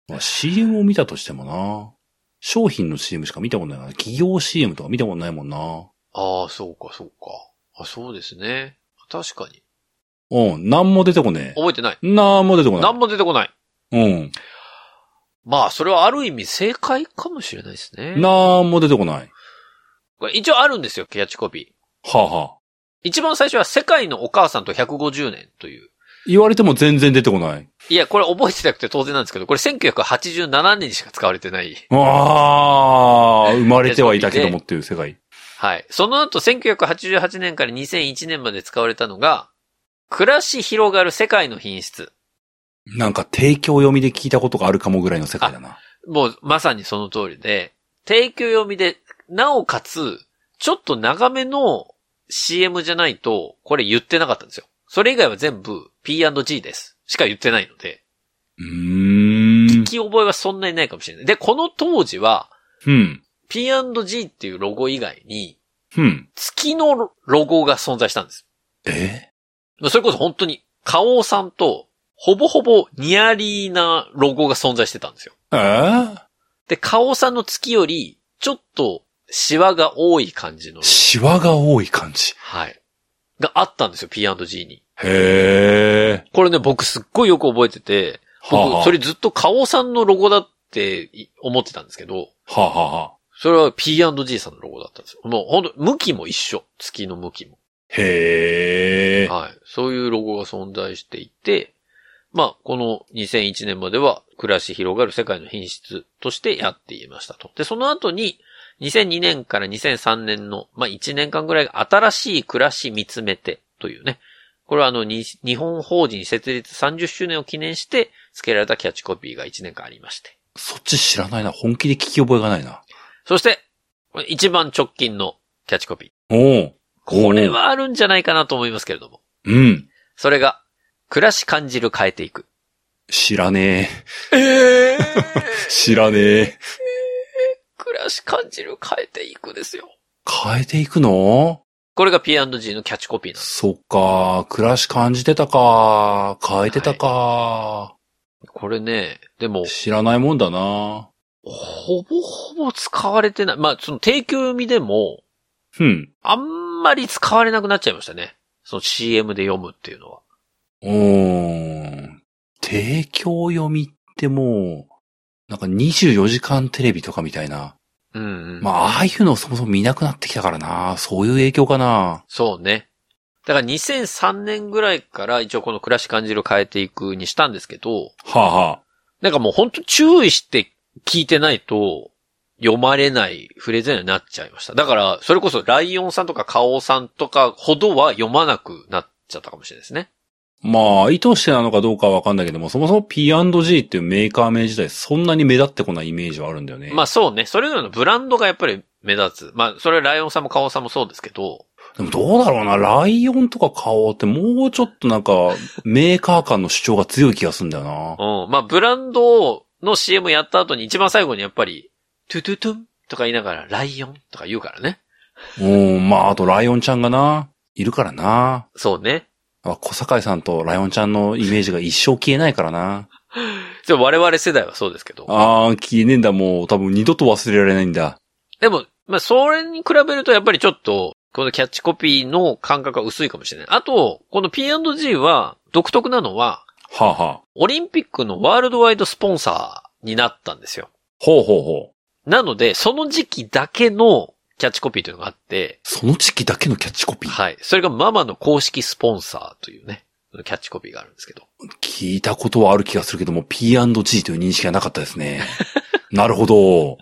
まあ、CM を見たとしてもな。商品の CM しか見たことないな。企業 CM とか見たことないもんな。
ああ、そうか、そうか。あ、そうですね。確かに。
うん、なんも出てこね
覚えてない。
え。なんも出てこな
何も出てこない。
い。うん。
まあ、それはある意味正解かもしれないですね。
なんも出てこない。
これ一応あるんですよ、キャッチコピー。
はあ、は
一番最初は世界のお母さんと150年という。
言われても全然出てこない。
いや、これ覚えてなくて当然なんですけど、これ1987年にしか使われてない。
ああ、生まれてはいたけどもっていう世界。
はい。その後、1988年から2001年まで使われたのが、暮らし広がる世界の品質。
なんか提供読みで聞いたことがあるかもぐらいの世界だな。
もう、まさにその通りで、提供読みで、なおかつ、ちょっと長めの CM じゃないと、これ言ってなかったんですよ。それ以外は全部 P&G です。しか言ってないので、
うーん
聞。き覚えはそんなにないかもしれない。で、この当時は、
うん。
P&G っていうロゴ以外に、
うん。
月のロゴが存在したんです。
え
それこそ本当に、花王さんと、ほぼほぼニアリーなロゴが存在してたんですよ。
えー
で、花王さんの月より、ちょっと、シワが多い感じの、
シワが多い感じ。
はい。があったんですよ、P&G に。
へえ。
これね、僕すっごいよく覚えてて、
は
僕、
あ
それずっと花王さんのロゴだってい思ってたんですけど、
はあはあはあ。
それは P&G さんのロゴだったんですよ。もうほんと、向きも一緒。月の向きも。
へえ。
はい。そういうロゴが存在していて、まあ、この2001年までは暮らし広がる世界の品質としてやっていましたと。で、その後に2002年から2003年の、まあ1年間ぐらいが新しい暮らし見つめてというね。これはあの、に日本法人設立30周年を記念して付けられたキャッチコピーが1年間ありまして。
そっち知らないな。本気で聞き覚えがないな。
そして、これ一番直近のキャッチコピー。
おう。
これはあるんじゃないかなと思いますけれども。
うん。
それが、暮らし感じる変えていく。
知らね
ええ
え。知らねえ。
暮らし感じる変えていくですよ。
変えていくの
これが P&G のキャッチコピーなんです。
そっか。暮らし感じてたか。変えてたか。
これね、でも、
知らないもんだな。
ほぼほぼ使われてない。まあ、その提供読みでも、
うん。
あんまり使われなくなっちゃいましたね。その CM で読むっていうのは。
うーん。提供読みってもう、なんか24時間テレビとかみたいな。
うん、うん。
まあ、ああいうのそもそも見なくなってきたからな。そういう影響かな。
そうね。だから2003年ぐらいから一応この暮らし感じる変えていくにしたんですけど、
はあ、はあ、
なんかもう本当注意して聞いてないと、読まれない、触れづらいようになっちゃいました。だから、それこそライオンさんとかカオさんとかほどは読まなくなっちゃったかもしれないですね。
まあ、意図してなのかどうかはわかんないけども、そもそも P&G っていうメーカー名自体そんなに目立ってこないイメージはあるんだよね。
まあそうね、それぞれのブランドがやっぱり目立つ。まあ、それはライオンさんもカオさんもそうですけど、
でもどうだろうな、ライオンとかカオってもうちょっとなんか、メーカー間の主張が強い気がするんだよな。
うん、まあブランドの CM やった後に一番最後にやっぱり、トゥトゥトゥンとか言いながら、ライオンとか言うからね。
うん、まあ、あとライオンちゃんがな、いるからな。
そうね。
あ小堺さんとライオンちゃんのイメージが一生消えないからな。
でも我々世代はそうですけど。
あー、消えねえんだ、もう。多分二度と忘れられないんだ。
でも、まあ、それに比べるとやっぱりちょっと、このキャッチコピーの感覚は薄いかもしれない。あと、この P&G は独特なのは、
はあ、はあ、
オリンピックのワールドワイドスポンサーになったんですよ。
ほうほうほう。
なので、その時期だけのキャッチコピーというのがあって、
その時期だけのキャッチコピー。
はい。それがママの公式スポンサーというね、キャッチコピーがあるんですけど。
聞いたことはある気がするけども、P&G という認識がなかったです ね。なるほど。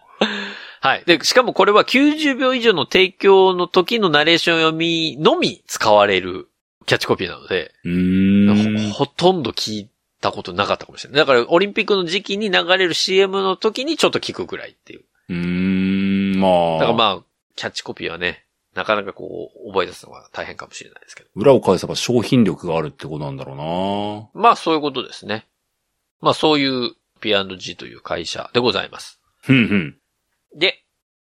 はい。で、しかもこれは90秒以上の提供の時のナレーション読みのみ使われるキャッチコピーなので、
うー
ほ
ん。
ほとんど聞いたことなかったかもしれない。だから、オリンピックの時期に流れる CM の時にちょっと聞くぐらいっていう。
うーん、まあ。
だからまあ、キャッチコピーはね、なかなかこう、覚え出すのが大変かもしれないですけど。
裏を返せば商品力があるってことなんだろうな。
まあ、そういうことですね。まあ、そういう P&G という会社でございます。
ふんふん。
で、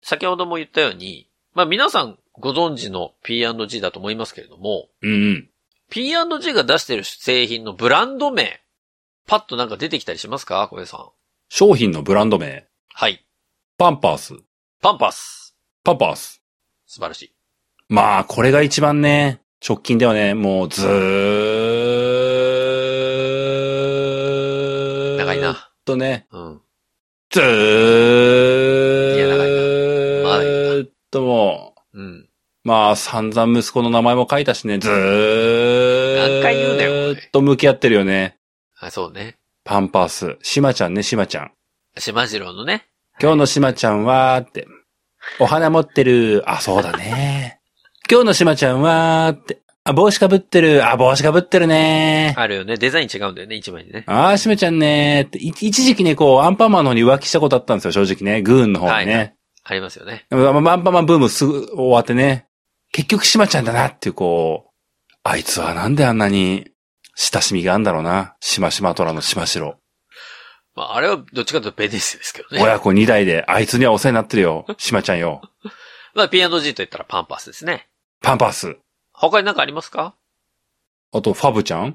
先ほども言ったように、まあ皆さんご存知の P&G だと思いますけれども、
うんうん。
P&G が出してる製品のブランド名、パッとなんか出てきたりしますか小江さん。
商品のブランド名。
はい。
パンパース。
パンパス。
パンパース。
素晴らしい。
まあ、これが一番ね、直近だよね。もうずーっ
長いな。
とね、
うん。
ずーっと。
いや長いなまだいい
も
うん。
う、まあ、まあ、散々息子の名前も書いたしね、ずー
何回言うなよ
っと向き合ってるよね。
あ、そうね。
パンパース。しまちゃんね、しまちゃん。
島次郎のね。
今日のしまちゃんは、って。お花持ってる。あ、そうだね。今日のしまちゃんは、って。あ、帽子かぶってる。あ、帽子かぶってるね。
あるよね。デザイン違うんだよね、一枚でね。
あー、しめちゃんねーって、い一時期ね、こう、アンパンマンの方に浮気したことあったんですよ、正直ね。グーンの方に
は
ね。
ありますよね。
でもまあアンパンマンブームすぐ終わってね。結局しまちゃんだなっていう、こう、あいつはなんであんなに親しみがあんだろうな。しましま虎のしましろ。
まあ、あれはどっちかというとベネッセですけどね。
親子二代で、あいつにはお世話になってるよ。しまちゃんよ。
まあ、P&G と言ったらパンパスですね。
パンパース。
他に何かありますか
あと、ファブちゃん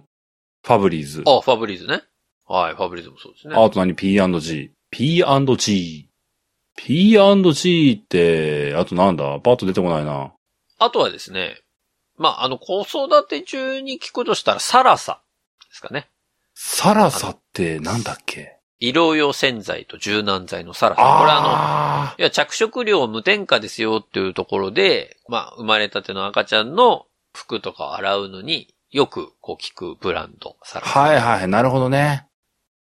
ファブリーズ。
あ、ファブリーズね。はい、ファブリーズもそうですね。
あと何 ?P&G。P&G。P&G って、あとなんだパッと出てこないな。
あとはですね、まあ、あの、子育て中に聞くとしたら、サラサですかね。
サラサってなんだっけ
医療用洗剤と柔軟剤のサラサ。これあの、いや、着色料無添加ですよっていうところで、まあ、生まれたての赤ちゃんの服とかを洗うのによくこう聞くブランド、サラサ。
はいはい、なるほどね。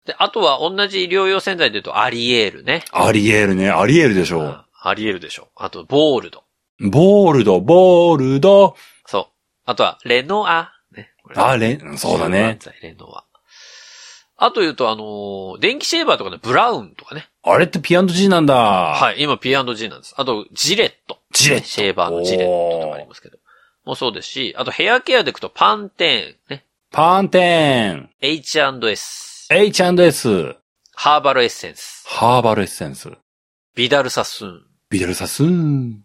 で、あとは同じ医療用洗剤で言うとアリエールね。
アリエールね、アリエールでしょ
あアリエールでしょ。あと、ボールド。
ボールド、ボールド。
そう。あとは、レノア。ね。これ
あ、れ、そうだね。。
柔軟剤レノア。あと言うと、あのー電気シェーバーとかね、ブラウンとかね。
あれって P&G なんだ。は
はい。今 P&G なんです。あと、ジレット。
ジレット
シェーバーのジレットとかありますけど。もうそうですし、あとヘアケアでいくと、パンテーン。ね。
パンテン、
H&S。
H&S、
ハーバルエッセンス。
ハーバルエッセンス、
ビダルサスーン。
ビデルサスーン。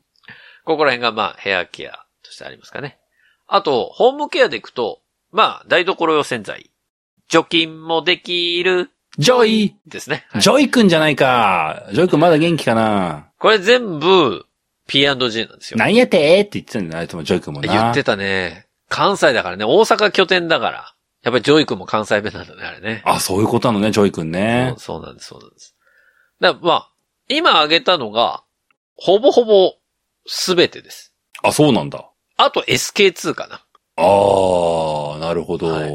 ここら辺がまあヘアケアとしてありますかね。あと、ホームケアでいくと、まあ台所用洗剤。除菌もできる。
ジョイ、
ですね。
ジョイくんじゃないか。ジョイくんまだ元気かな。
これ全部 P&G なんですよ。
なんやてーって言ってたんだよ、あいつもジョイくんもな。
言ってたね。関西だからね。大阪拠点だから。やっぱりジョイ君も関西弁なんだね、あれね。
あ、そういうことなのね、ジョイくん
そ
ね。
うそうなんです、そうなんです。だからまあ、今挙げたのが、ほぼほぼすべてです。
あ、そうなんだ。
あと SK2 かな。
ああ、なるほど、
はい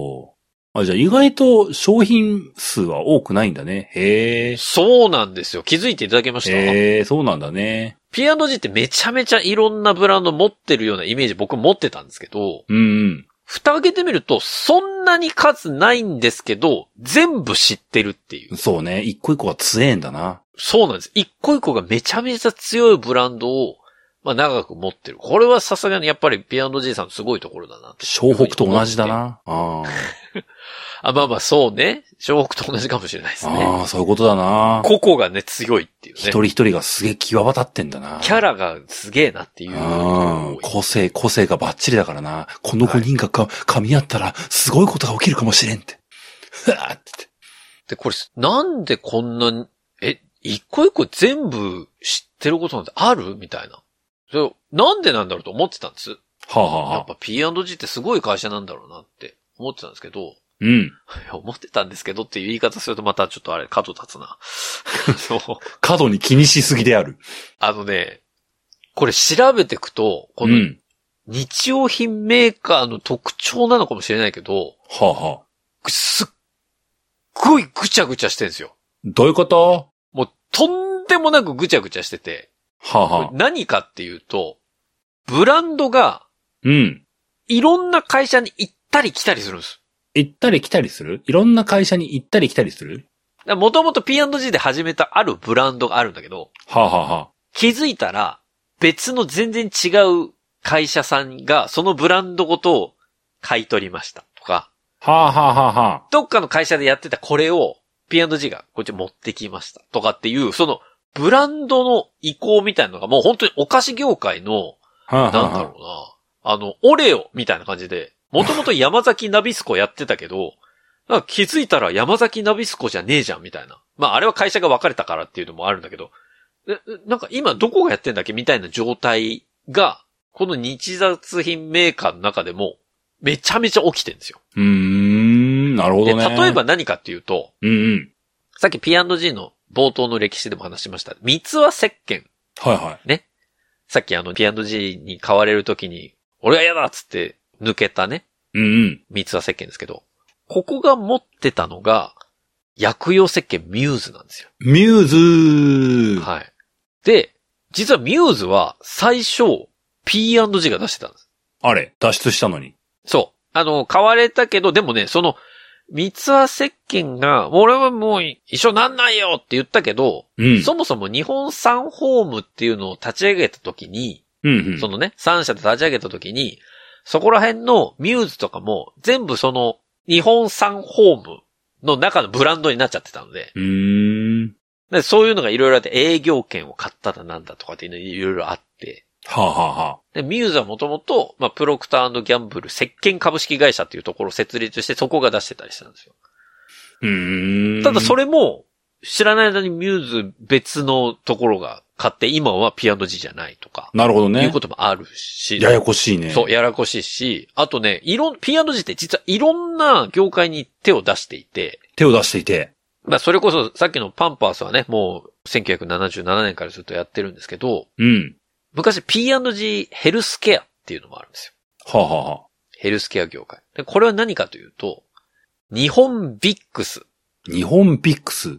あ、じゃあ意外と商品数は多くないんだね。へえ。
そうなんですよ。気づいていただけました
へえ、そうなんだね。
P&G ってめちゃめちゃいろんなブランド持ってるようなイメージ僕持ってたんですけど、
うんうん。
蓋開けてみるとそんなに数ないんですけど、全部知ってるっていう。
そうね。一個一個は強えんだな。
そうなんです。一個一個がめちゃめちゃ強いブランドを、まあ長く持ってる。これはさすがにやっぱり P&G さんのすごいところだなと。
湘北と同じだな。あ
あ、まあまあそうね。小北と同じかもしれないで
ー
すね。
あー、そういうことだな。
個々がね強いっていう
一
ね。
人一人がすげえ際立ってんだな。
キャラがすげえなっていうところが
う
多
ん
い。
個性、個性がバッチリだからな。この5人がか、噛み合ったら、すごいことが起きるかもしれんって。ふわーって言って。
で、これ、なんでこんなに、え、一個一個全部知ってることなんてあるみたいな。それ、なんでなんだろうと思ってたんです。
はあ、はあ
やっ
はあ、
ぱ P&G ってすごい会社なんだろうなって思ってたんですけど、い
うん。
や思ってたんですけどっていう言い方するとまたちょっとあれ、角立つな。 そう。
過度に気にしすぎである。
あのね、これ調べていくと、こ
う
の
ん。
日用品メーカーの特徴なのかもしれないけど、
はあ、はあ。
すっごいぐちゃぐちゃしてるんですよ。
どういうこと
もうとんでもなくぐちゃぐちゃしてて、
はあ、は
これ何かっていうと、ブランドが
うん。
いろんな会社に行ったり来たりするんです。
行ったり来たりするいろんな会社に行ったり来たりする
もともと P&G で始めたあるブランドがあるんだけど、
はあ、はあは
気づいたら別の全然違う会社さんがそのブランドごとを買い取りましたとか、
あ、はあ、はあはあはあ。
どっかの会社でやってたこれを P&G がこっち持ってきましたとかっていう、そのブランドの移行みたいなのがもう本当にお菓子業界の
は
な
あ
んだろうな。あの、オレオみたいな感じで、もともと山崎ナビスコやってたけど、 なんか気づいたら山崎ナビスコじゃねえじゃんみたいな。まああれは会社が別れたからっていうのもあるんだけど、えなんか今どこがやってんだっけみたいな状態が、この日雑品メーカーの中でも、めちゃめちゃ起きてるんですよ。
うーん、なるほ
で、
どね。
例えば、何かっていうと、
うんうん。
さっき P&G の冒頭の歴史でも話しました。三つは石鹸。
はいはい。
さっきあの P&G に買われるときに、俺は嫌だっつって抜けたね、
うんうん。
三ツ輪石鹸ですけど、ここが持ってたのが、薬用石鹸ミューズなんですよ。
ミューズー。
はい。で、実はミューズは最初 P&G が出してたんです。
あれ、脱出したのに。
そう。あの、買われたけど、でもね、その、三ツ輪石鹸が、俺はもう一緒なんないよって言ったけど、
うん。
そもそも日本サンホームっていうのを立ち上げた時に、
うんうん。
そのね、3社で立ち上げた時に、そこら辺のミューズとかも全部その日本産ホームの中のブランドになっちゃってたので、
うーん。
でそういうのがいろいろあって営業権を買っただなんだとかっていうのいろいろあって、
はあ、はあはあ、
でミューズはもともと、まあ、プロクターギャンブル石鹸株式会社っていうところを設立してそこが出してたりしたんですよ。
うーん。
ただそ
れ。
れも、知らない間にミューズ別のところが買って、今は P&G じゃないとか、
なるほど
い
ね
う。こともあるし。
ややこしいね。
そう、ややこしいし、あとね、いろん、P&G って実はいろんな業界に手を出していて、
手を出していて。
まあそれこそさっきのパンパースはね、もう1977年からずっとやってるんですけど、
うん。
昔 P&G ヘルスケアっていうのもあるんですよ。
はあ、はあはあ、
ヘルスケア業界。でこれは何かというと、日本ビックス。
日本ピックス。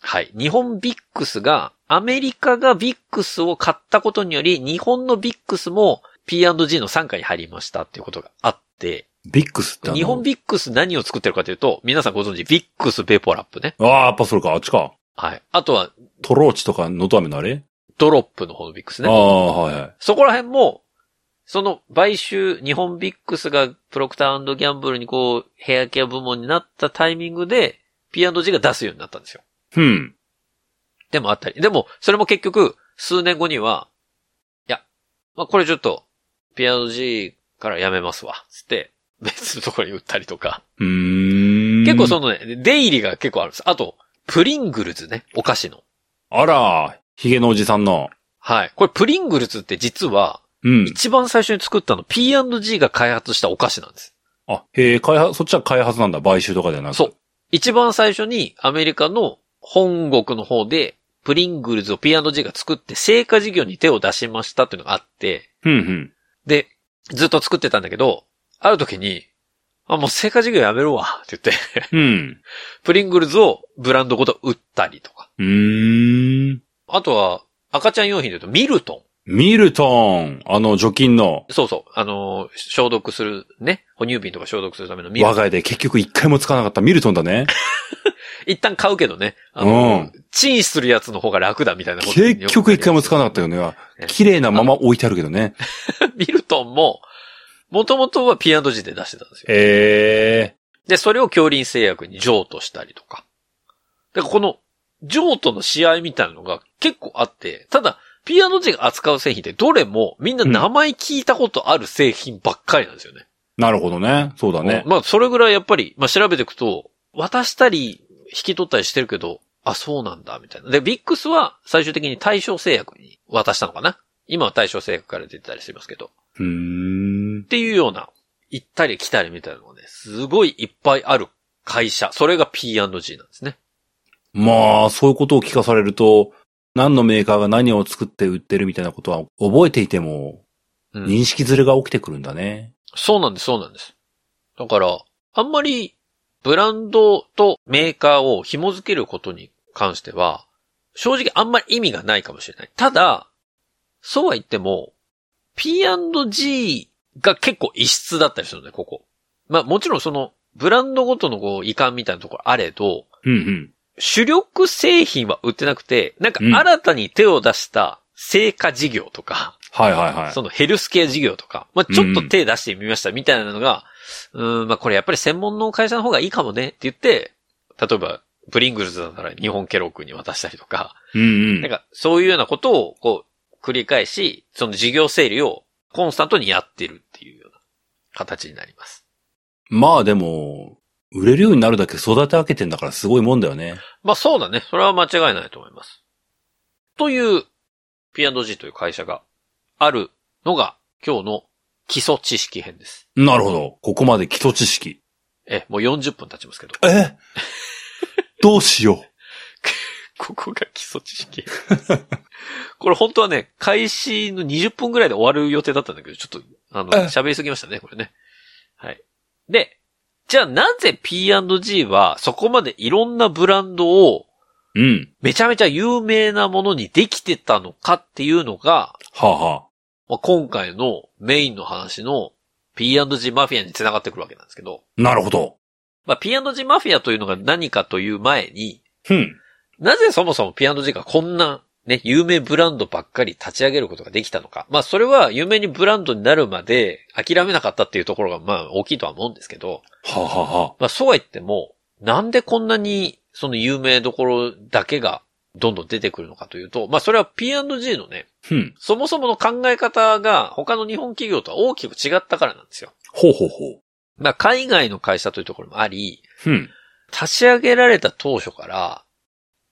はい。日本ビックスが、アメリカがビックスを買ったことにより、日本のビックスも P&G の傘下に入りましたっていうことがあって、
ビックスってあの
日本ビックス何を作ってるかというと、皆さんご存知、ビックスベポラップね。
ああ、やっぱそれか。あっちか。
はい。あとは、
トローチとかのど飴のあれ、
ドロップの方のビックス
あ
ね。
あ、はいはい。
そこら辺も、その買収、日本ビックスがプロクターギャンブルにこう、ヘアケア部門になったタイミングで、P&G が出すようになったんですよ。
うん。
でもあったり。でも、それも結局、数年後には、いや、まあ、これちょっと、P&G からやめますわ。つって、別のところに売ったりとか。
うーん。
結構そのね、出入りが結構あるんです。あと、プリングルズね、お菓子の。
あら、ヒゲのおじさんの。
はい。これプリングルズって実は、
うん。
一番最初に作ったの P&G が開発したお菓子なんです。
あ、へえ、開発、そっちは開発なんだ。買収とかじゃなく
そう。一番最初にアメリカの本国の方で、プリングルズを P&G が作って、成果事業に手を出しましたっていうのがあって、
う。うんうん。
で、ずっと作ってたんだけど、ある時に、あ、もう成果事業やめるわ、って言って、
うん。
プリングルズをブランドごと売ったりとか。
うーん。
あとは、赤ちゃん用品で言うと、ミルトン。
ミルトン、あの、除菌の、
そうそう。あのー消毒するね。哺乳瓶とか消毒するためのミルトン
我が家で結局一回も使わなかったミルトンだね。
一旦買うけどね。あの、チンするやつの方が楽だみたいなことによく
結局一回も使わな かったよね。綺麗なまま置いてあるけどね。
ミルトンも、もともとは P&G で出してたんですよ。
え
で、それを強林製薬に譲渡したりとか。で、この、譲渡の試合みたいなのが結構あって、ただ、P&G が扱う製品ってどれもみんな名前聞いたことある製品ばっかりなんですよね。
ー、なるほどね。そうだね。
まあ、それぐらいやっぱり、まあ、調べていくと、渡したり、引き取ったりしてるけど、あ、そうなんだ、みたいな。で、ビックスは最終的に大正製薬に渡したのかな今は大正製薬から出てたりしてますけど。っ
うーん。
ていうような、行ったり来たりみたいなのがね、すごいいっぱいある会社。それが P&G なんですね。
まあ、そういうことを聞かされると、何のメーカーが何を作って売ってるみたいなことは覚えていても、
うん
認識ずれが起きてくるんだね。
そうなんです、そうなんです。だから、あんまり、ブランドとメーカーを紐づけることに関しては、正直あんまり意味がないかもしれない。ただ、そうは言っても、P&G が結構異質だったりするので、ここ。まあもちろんその、ブランドごとのこう、遺憾みたいなところあれど、
うんうん。
主力製品は売ってなくて、なんか新たに手を出した成果事業とか、
はいはいはい。
そのヘルスケア事業とか、まあ、ちょっと手出してみましたみたいなのが、うーん、まあ、これやっぱり専門の会社の方がいいかもねって言って、例えば、ブリングルズだったら日本ケロックに渡したりとか、
うんうん。
なんかそういうようなことをこう繰り返し、その事業整理をコンスタントにやってるっていうような形になります。
まあでも、売れるようになるだけ育て上げてんだからすごいもんだよね。
まあそうだね。それは間違いないと思います。という P&G という会社があるのが今日の基礎知識編です。
なるほど。ここまで基礎知識。
え、もう40分経ちますけど。
えどうしよ
ここが基礎知識。これ本当はね、開始の20分ぐらいで終わる予定だったんだけど、ちょっと、あの、
え
喋りすぎましたね、これね。はい。で、じゃあなぜ P&G はそこまでいろんなブランドを
うん。
めちゃめちゃ有名なものにできてたのかっていうのが、
はあ、は
まあ、今回のメインの話の P&G マフィアに繋がってくるわけなんですけど、
あ、なるほど。
まあ、P&G マフィアというのが何かという前に、
うん。
なぜそもそも P&G がこんなね、有名ブランドばっかり立ち上げることができたのか。まあそれは有名にブランドになるまで諦めなかったっていうところがまあ大きいとは思うんですけど、
はあ、はあ、は
まあそうは言っても、なんでこんなにその有名どころだけがどんどん出てくるのかというと、まあそれは P&G のね、
あ。うん。
そもそもの考え方が他の日本企業とは大きく違ったからなんですよ。
ほうほうほう。
まあ海外の会社というところもあり、
うん。
立ち上げられた当初から、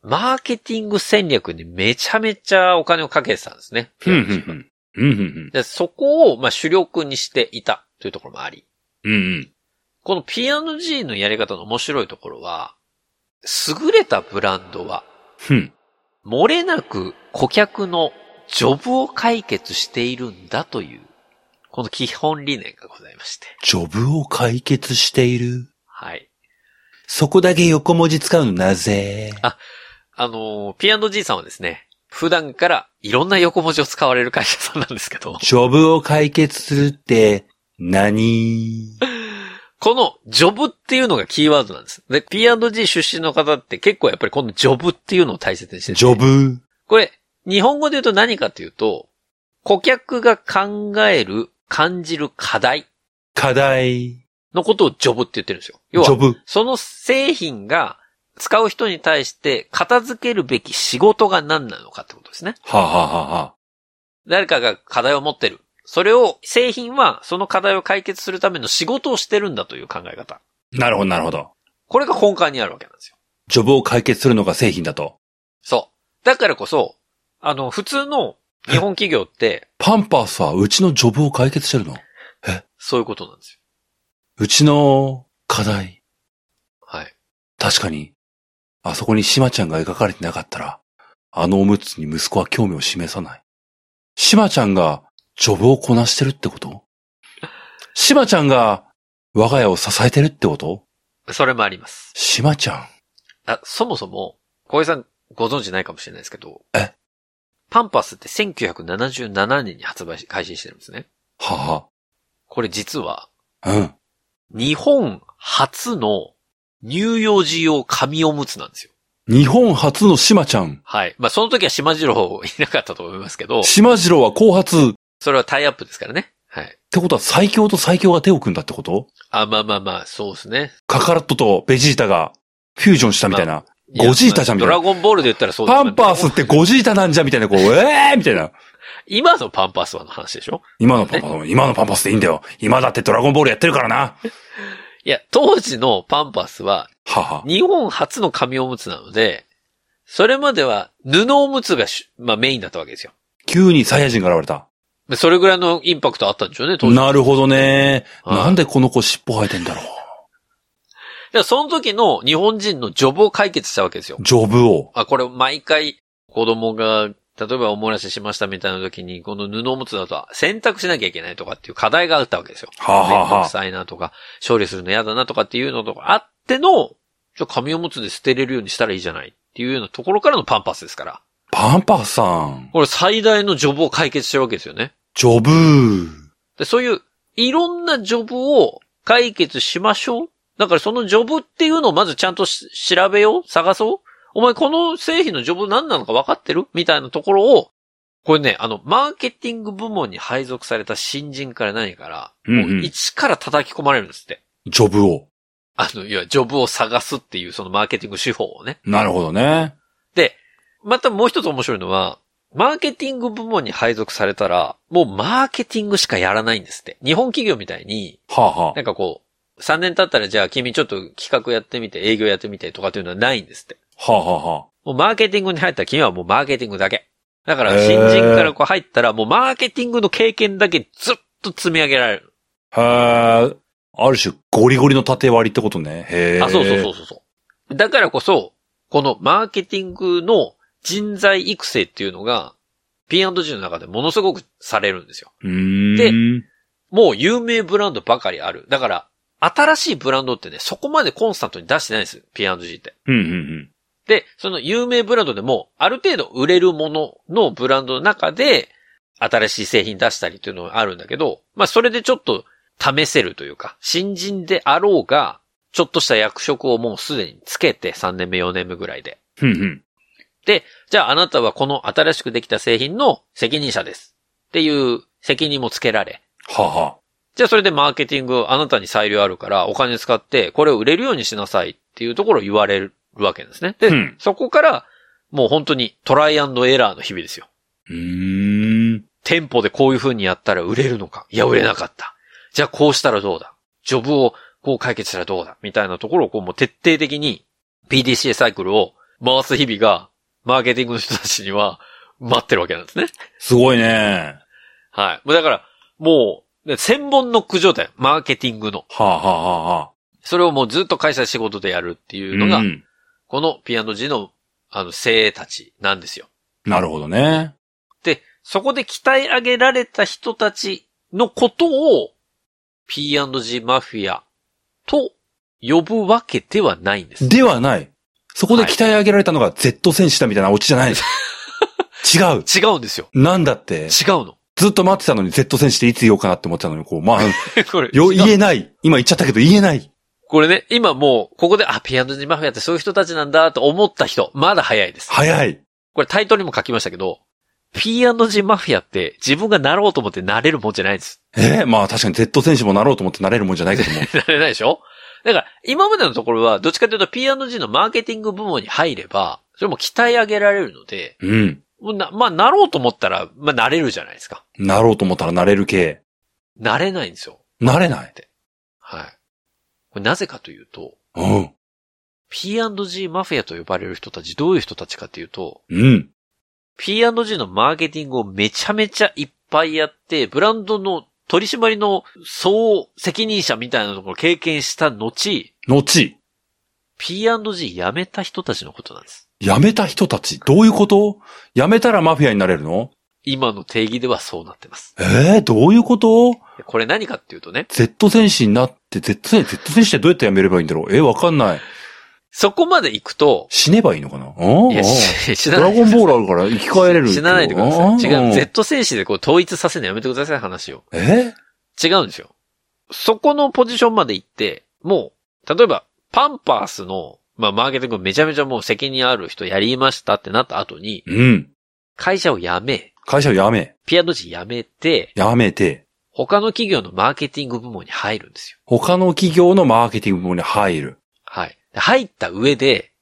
マーケティング戦略にめちゃめちゃお金をかけてたんですね。
うん、うん、うん。うん、
でそこをまあ主力にしていたというところもあり、
うん。うん、
この P&G のやり方の面白いところは、優れたブランドは、
うん。
漏れなく顧客のジョブを解決しているんだという、この基本理念がございまして。
ジョブを解決している。
はい。
そこだけ横文字使うのなぜ
あのー、P&G さんはですね、普段からいろんな横文字を使われる会社さんなんですけど、
ジョブを解決するって何、
このジョブっていうのがキーワードなんです。で、P&G 出身の方って結構やっぱりこのジョブっていうのを大切にしてて
ジョブ
これ、日本語で言うと何かというと、顧客が考える、感じる課題
課題
のことをジョブって言ってるんですよ。
ジ
要
ョ
は、
ブ
その製品が使う人に対して片付けるべき仕事が何なのかってことですね。
はあ、はあはあはあ、
誰かが課題を持ってる。それを、製品はその課題を解決するための仕事をしてるんだという考え方。
なるほど、なるほど。
これが根幹にあるわけなんですよ。
ジョブを解決するのが製品だと。
そう。だからこそ、あの、普通の日本企業って、
パンパースはうちのジョブを解決してるの
そういうことなんです よ。
うちの課題。
はい。
確かに。あそこにシマちゃんが描かれてなかったら、あのおむつに息子は興味を示さない。シマちゃんがジョブをこなしてるってことシマちゃんが我が家を支えてるってこと
それもあります。
シマちゃん。
あ、そもそも、小江さんご存知ないかもしれないですけど、
え
パンパスって1977年に発売し、開始してるんですね。
は
これ実は、
は。うん。
日本初の乳幼児用紙おむつなんですよ。
日本初のシマちゃん。
はい。まあ、その時は島次郎いなかったと思います けど、
シマジロは後発。っ
それはタイアップですからね。はい。
てことは最強と最強が手を組んだってこと
あ、まあまあまあ、そうですね。
カカラットとベジータがフュージョンしたみたいな。
いや
ゴジータじゃんみたいな
まあドラゴンボールで言ったらそうです
パ
ね
ンパースってゴジータなんじゃみたいな、こう、ええーみたいな。
今のパンパスはの話でしょ
今のパンパス、今のパンパスでいいんだよ。今だってドラゴンボールやってるからな。
いや、当時のパンパスは
はは。
日本初の紙おむつなので、それまでは布おむつがし、まあ、メインだったわけですよ。
急にサイヤ人が現れた。
でそれぐらいのインパクトあったんでしょうね、当時。だか
なるほどね。
はい
なんでこの子尻尾生えてんだろ
らその時の日本人のジョブを解決したわけですよ
う。。ジョブを。
あ、これ毎回子供が、例えばお漏らししましたみたいな時に、この布おむつだと洗濯しなきゃいけないとかっていう課題があったわけですよ。
は
め
あ、
んど
は
く
あは
さいなとか、勝利するの嫌だなとかっていうのとかあっての、じゃあ紙おむつで捨てれるようにしたらいいじゃないっていうようなところからのパンパスですから。
パンパースさん。
これ最大のジョブを解決してるわけですよね。
ジョブ。
で、そういういろんなジョブを解決しましょう。だからそのジョブっていうのをまずちゃんとし調べよう探そうお前この製品のジョブ何なのか分かってるみたいなところを、これね、あの、マーケティング部門に配属された新人から何から、
うんうん
もう一から叩き込まれるんですって。
ジョブを。
あの、いわゆるジョブを探すっていうそのマーケティング手法をね。
なるほどね。
で、またもう一つ面白いのは、マーケティング部門に配属されたら、もうマーケティングしかやらないんですって。日本企業みたいに、
はあ、はあ
なんかこう、3年経ったらじゃあ君ちょっと企画やってみて、営業やってみてとかっていうのはないんですって。
はあ、はあはあ。
もうマーケティングに入ったら君はもうマーケティングだけ。だから
へー
新人からこう入ったらもうマーケティングの経験だけずっと積み上げられる。
へーある種、ゴリゴリの縦割りってことね。へえ。
あ、そうそうそうそうそう。だからこそ、このマーケティングの人材育成っていうのが、P&G の中でものすごくされるんですよ。
うーん。
でもう有名ブランドばかりある。だから、新しいブランドってね、そこまでコンスタントに出してないんですよ。P&G って。
うんうんうん。
で、その有名ブランドでも、ある程度売れるもののブランドの中で、新しい製品出したりというのがあるんだけど、まあそれでちょっと試せるというか、新人であろうが、ちょっとした役職をもうすでにつけて、3年目、4年目ぐらいで。
うんうん。
じゃああなたはこの新しくできた製品の責任者です。っていう責任もつけられ。
はあはあ。
じゃあそれでマーケティング、あなたに裁量あるから、お金使って、これを売れるようにしなさいっていうところを言われるわけですね。で、
うん
そこから、もう本当にトライアンドエラーの日々ですよ。
うーん。
店舗でこういう風にやったら売れるのかいや、売れなかった。じゃあこうしたらどうだジョブをこう解決したらどうだみたいなところをこうもう徹底的に PDCA サイクルを回す日々が、マーケティングの人たちには待ってるわけなんですね。
すごいね。
はい。もうだから、もう、で専門の苦情だよ。マーケティングの。
はあはあはあはあ。
それをもうずっと会社で仕事でやるっていうのが、
うん
この P&G の、あの、精鋭たちなんですよ。
なるほどね。
で、そこで鍛え上げられた人たちのことを、P&G マフィアと呼ぶわけではないんです。
ではない。そこで鍛え上げられたのが Z 戦士だみたいなオチじ ゃないです。違う。
違うんですよ。
なんだっ
違
て、
うの。
ずっと待ってたのに Z 戦士っていつ言おうかなって思ってたのに、こう、 まあ、
これ、
よ、
違う
言えない。今言っちゃったけど言えない。
これね、今もう、ここで、あ、P&G マフィアってそういう人たちなんだと思った人、まだ早いです。
早い。
これタイトルにも書きましたけど、P&G マフィアって自分がなろうと思ってなれるもんじゃないんです。
えーまあ確かに Z 戦士もなろうと思ってなれるもんじゃないけ ども。
なれないでしょだから、今までのところは、どっちかというと P&G のマーケティング部門に入れば、それも鍛え上げられるので、
うん。
もうなまあ、なろうと思ったら、まあ、なれるじゃないですか。
なろうと思ったらなれる系。
なれないんですよ。
なれない。
はい。これなぜかというと、
うん。
P&G マフィアと呼ばれる人たち、どういう人たちかというと、
うん。
P&G のマーケティングをめちゃめちゃいっぱいやって、ブランドの取締りの総責任者みたいなところを経験した後、
後、
P&G 辞めた人たちのことなんです。
辞めた人たち、どういうこと辞めたらマフィアになれるの
今の定義ではそうなってます。
えー、どういうこと
これ何かっていうとね、
?Z 戦士になって、Z 戦士、Z 戦士ってどうやって辞めればいいんだろうえー、わかんない。
そこまで行くと、
死ねばいいのかなうん
いや、し死
ド
なな
ラ
い
ゴンボールあるから生き返れる。
死なないでください。
うん
違う、。Z 戦士でこう統一させるのやめてください、話を。
え
違うんですよ。そこのポジションまで行って、もう、例えば、パンパースの、まあ、マーケティングめちゃめちゃもう責任ある人やりましたってなった後に、
うん。
会社を辞め、
会社を辞め、
ピアノ時辞めて、
辞めて、
他の企業のマーケティング部門に入るんですよ。
他の企業のマーケティング部門に入る。
はい。で入った上で、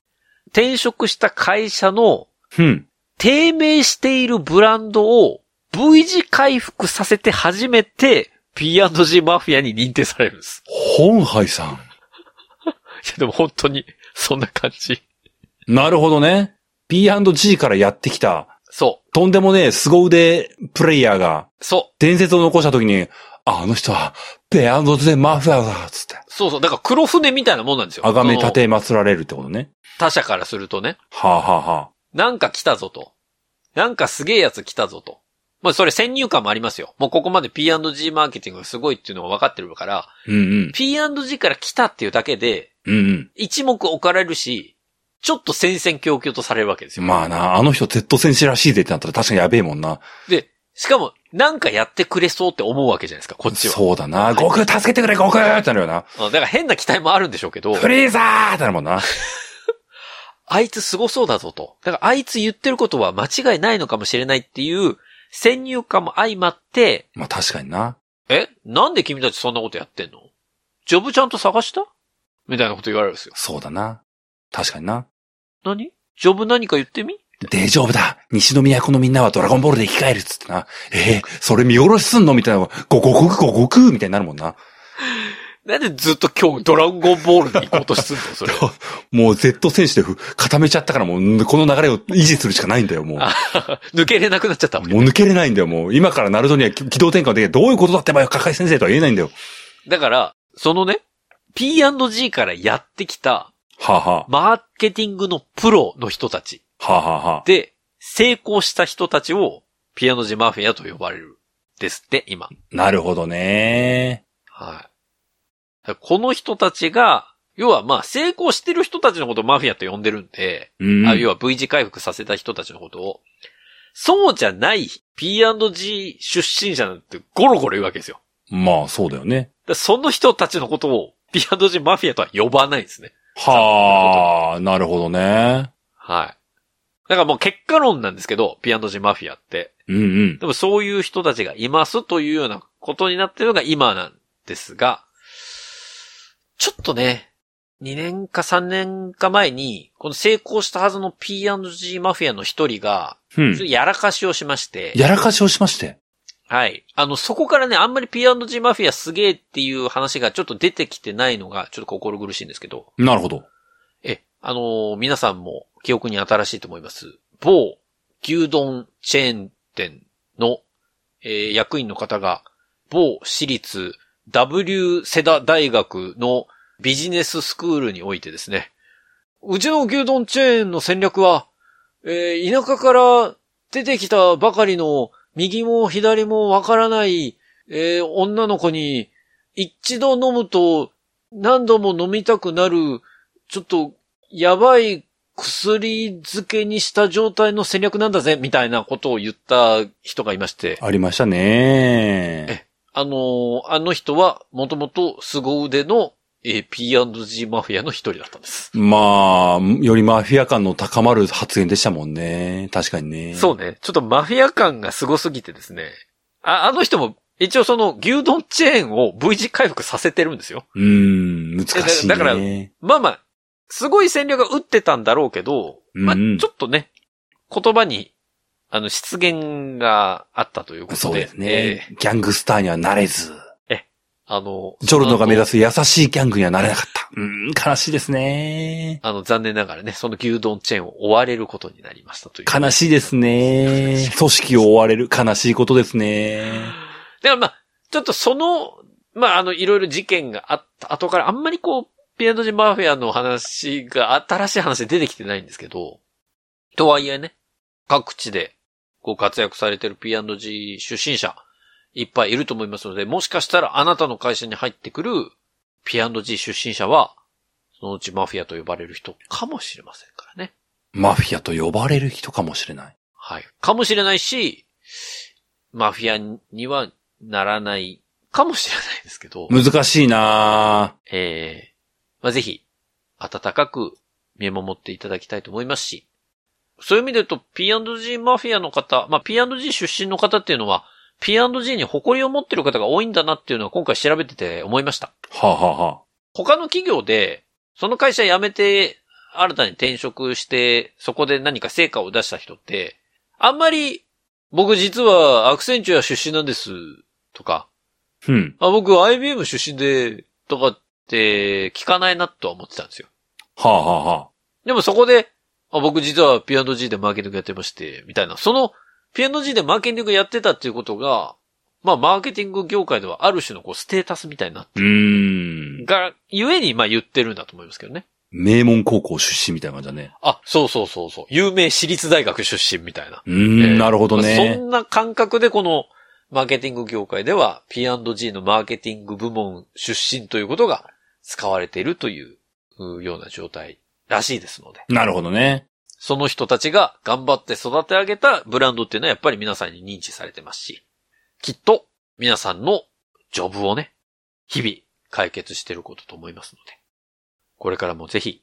転職した会社の
うん。
低迷しているブランドを V 字回復させて初めて P&G マフィアに認定されるんです。
本杯さ
いやでも本当に、そんな感じ。
ん。なるほどね。P&G からやってきた、
そ
とんでもねえ凄腕プレイヤーが、
う。そ
伝説を残した時に、ああの人は、P&G マフィアだ、つって。
う。そうそう。だから黒船みたいなもんなんですよ。
あがめ
その
立。て祭られるってことね。
他社からするとね。
はあ、はあはあ、
なんか来たぞと。なんかすげえやつ来たぞと。まあそれ先入観もありますよ。もうここまで P&G マーケティングがすごいっていうのが分かってるから、
うんうん。
P&G から来たっていうだけで、
うん
一目置かれるし、ちょっと戦々恐々とされるわけです
う
よ。
ん。まあな、あの人 Z 戦士らしいぜってなったら確かにやべえもんな。
で、しかも、なんかやってくれそうって思うわけじゃないですか、こっちは。
そうだな。
はい
悟空助けてくれ、悟空ってなるよな。
うんだから変な期待もあるんでしょうけど、
フリーザーってなるもんな。
あいつ凄そうだぞと。だからあいつ言ってることは間違いないのかもしれないっていう、先入観も相まって、
まあ確かにな。
えなんで君たちそんなことやってんのジョブちゃんと探したみたいなこと言われるんですよ。
そうだな。確かにな。
何ジョブ何か言ってみ
大丈夫だ。西の都のみんなはドラゴンボールで生き返るっつってな。ええそれ見下ろしすんのみたいな。ごごごごごくみたいになるもんな。
なんでずっと今日ドラゴンボールに行こうとするのそれ。
もう Z 戦士でふ固めちゃったからもう、この流れを維持するしかないんだよ、もう。
あ 抜けれなくなっちゃったわけ
もう抜けれないんだよ、もう。今からナルトには軌軌道転換できない。どういうことだってばよ、カカイ先生とは言えないんだよ。
だから、そのね、P&G からやってきた、
はあは
マーケティングのプロの人たち
あ。はあはあはあ。
で、成功した人たちを、ピアノジマフィアと呼ばれる。ですって、今。
なるほどね。
はい。この人たちが、要はまあ、成功してる人たちのことをマフィアと呼んでるんで、
うん。
あ要は V 字回復させた人たちのことを、そうじゃない P&G 出身者なんてゴロゴロいるわけですよ。
まあ、そうだよ
だ
ね。
からその人たちのことを P&G マフィアとは呼ばないんですね。
はあ、なるほどね。
はい。だからもう結果論なんですけど、P&G マフィアって。
うんうん。
でもそういう人たちがいますというようなことになってるのが今なんですが、ちょっとね、2年か3年か前に、この成功したはずの P&G マフィアの一人が、
う
ちょっと
ん。
やらかしをしまして、
やらかしをしまして。
はい。あの、そこからね、あんまり P&G マフィアすげえっていう話がちょっと出てきてないのが、ちょっと心苦しいんですけど、
なるほど。
え、あのー皆さんも記憶に新しいと思います。某牛丼チェーン店の、えー役員の方が、某私立 W セダ大学のビジネススクールにおいてですね、うちの牛丼チェーンの戦略は、えー田舎から出てきたばかりの右も左もわからない、えー女の子に一度飲むと何度も飲みたくなるちょっと、やばい薬漬けにした状態の戦略なんだぜ、みたいなことを言った人がいまして、
ありましたね。
あのーあの人は、もともと凄腕の、えー P&G マフィアの一人だったんです。
まあ、よりマフィア感の高まる発言でしたもんね。確かにね。
そうね。ちょっとマフィア感が凄すぎてですね。あ、あの人も、一応その牛丼チェーンを V 字回復させてるんですよ。
うーん、難しいね。
だからまあまあ、すごい戦略が打ってたんだろうけど、まあ、
う
ち
ん
ょっとね、言葉に、あの、失言があったということで。
そうです
え
ね、ギャングスターにはなれず、
ーあの、
ジョルノが目指
す。
す優しいギャングにはなれなかった。うーん、悲しいですね。
あの、残念ながらね、その牛丼チェーンを追われることになりましたという。
悲しいですね。組織を追われる悲しいことですね。
だからまあ、ちょっとその、まあ、あの、いろいろ事件があった後から、あんまりこう、ピアノジマフィアの話が、新しい話で出てきてないんですけど、とはいえね、各地で、ご活躍されてる P&G 出身者、いっぱいいると思いますので、もしかしたらあなたの会社に入ってくる P&G 出身者は、そのうちマフィアと呼ばれる人かもしれませんからね。
マフィアと呼ばれる人かもしれない。
はい。かもしれないし、マフィアにはならないかもしれないですけど、
難しいな
えーまあ、ぜひ、温かく見守っていただきたいと思いますし、そういう意味で言うと P&G マフィアの方、まあ、P&G 出身の方っていうのは、P&G に誇りを持ってる方が多いんだなっていうのは今回調べてて思いました。
はあ、はあは
他の企業で、その会社辞めて、新たに転職して、そこで何か成果を出した人って、あんまり、僕実はアクセンチュア出身なんです、とか、
あ、うん。
あ、僕 IBM 出身で、とかって聞かないなとは思ってたんですよ。
はあ、はあはあ、
でもそこで、あ僕実は P&G でマーケティングやってまして、みたいな。その P&G でマーケティングやってたっていうことが、まあマーケティング業界ではある種のこうステータスみたいな、
うーん。
が、ゆえにまあ言ってるんだと思いますけどね。
名門高校出身みたいな感じだね。
あ、そうそうそうそう。有名私立大学出身みたいな。
うーん、
えー
なるほど
まあそ
ね。
んな感覚でこのマーケティング業界では P&G のマーケティング部門出身ということが使われているといううような状態らしいですので、
なるほどね。
その人たちが頑張って育て上げたブランドっていうのはやっぱり皆さんに認知されてますし、きっと皆さんのジョブをね、日々解決していることと思いますので、これからもぜひ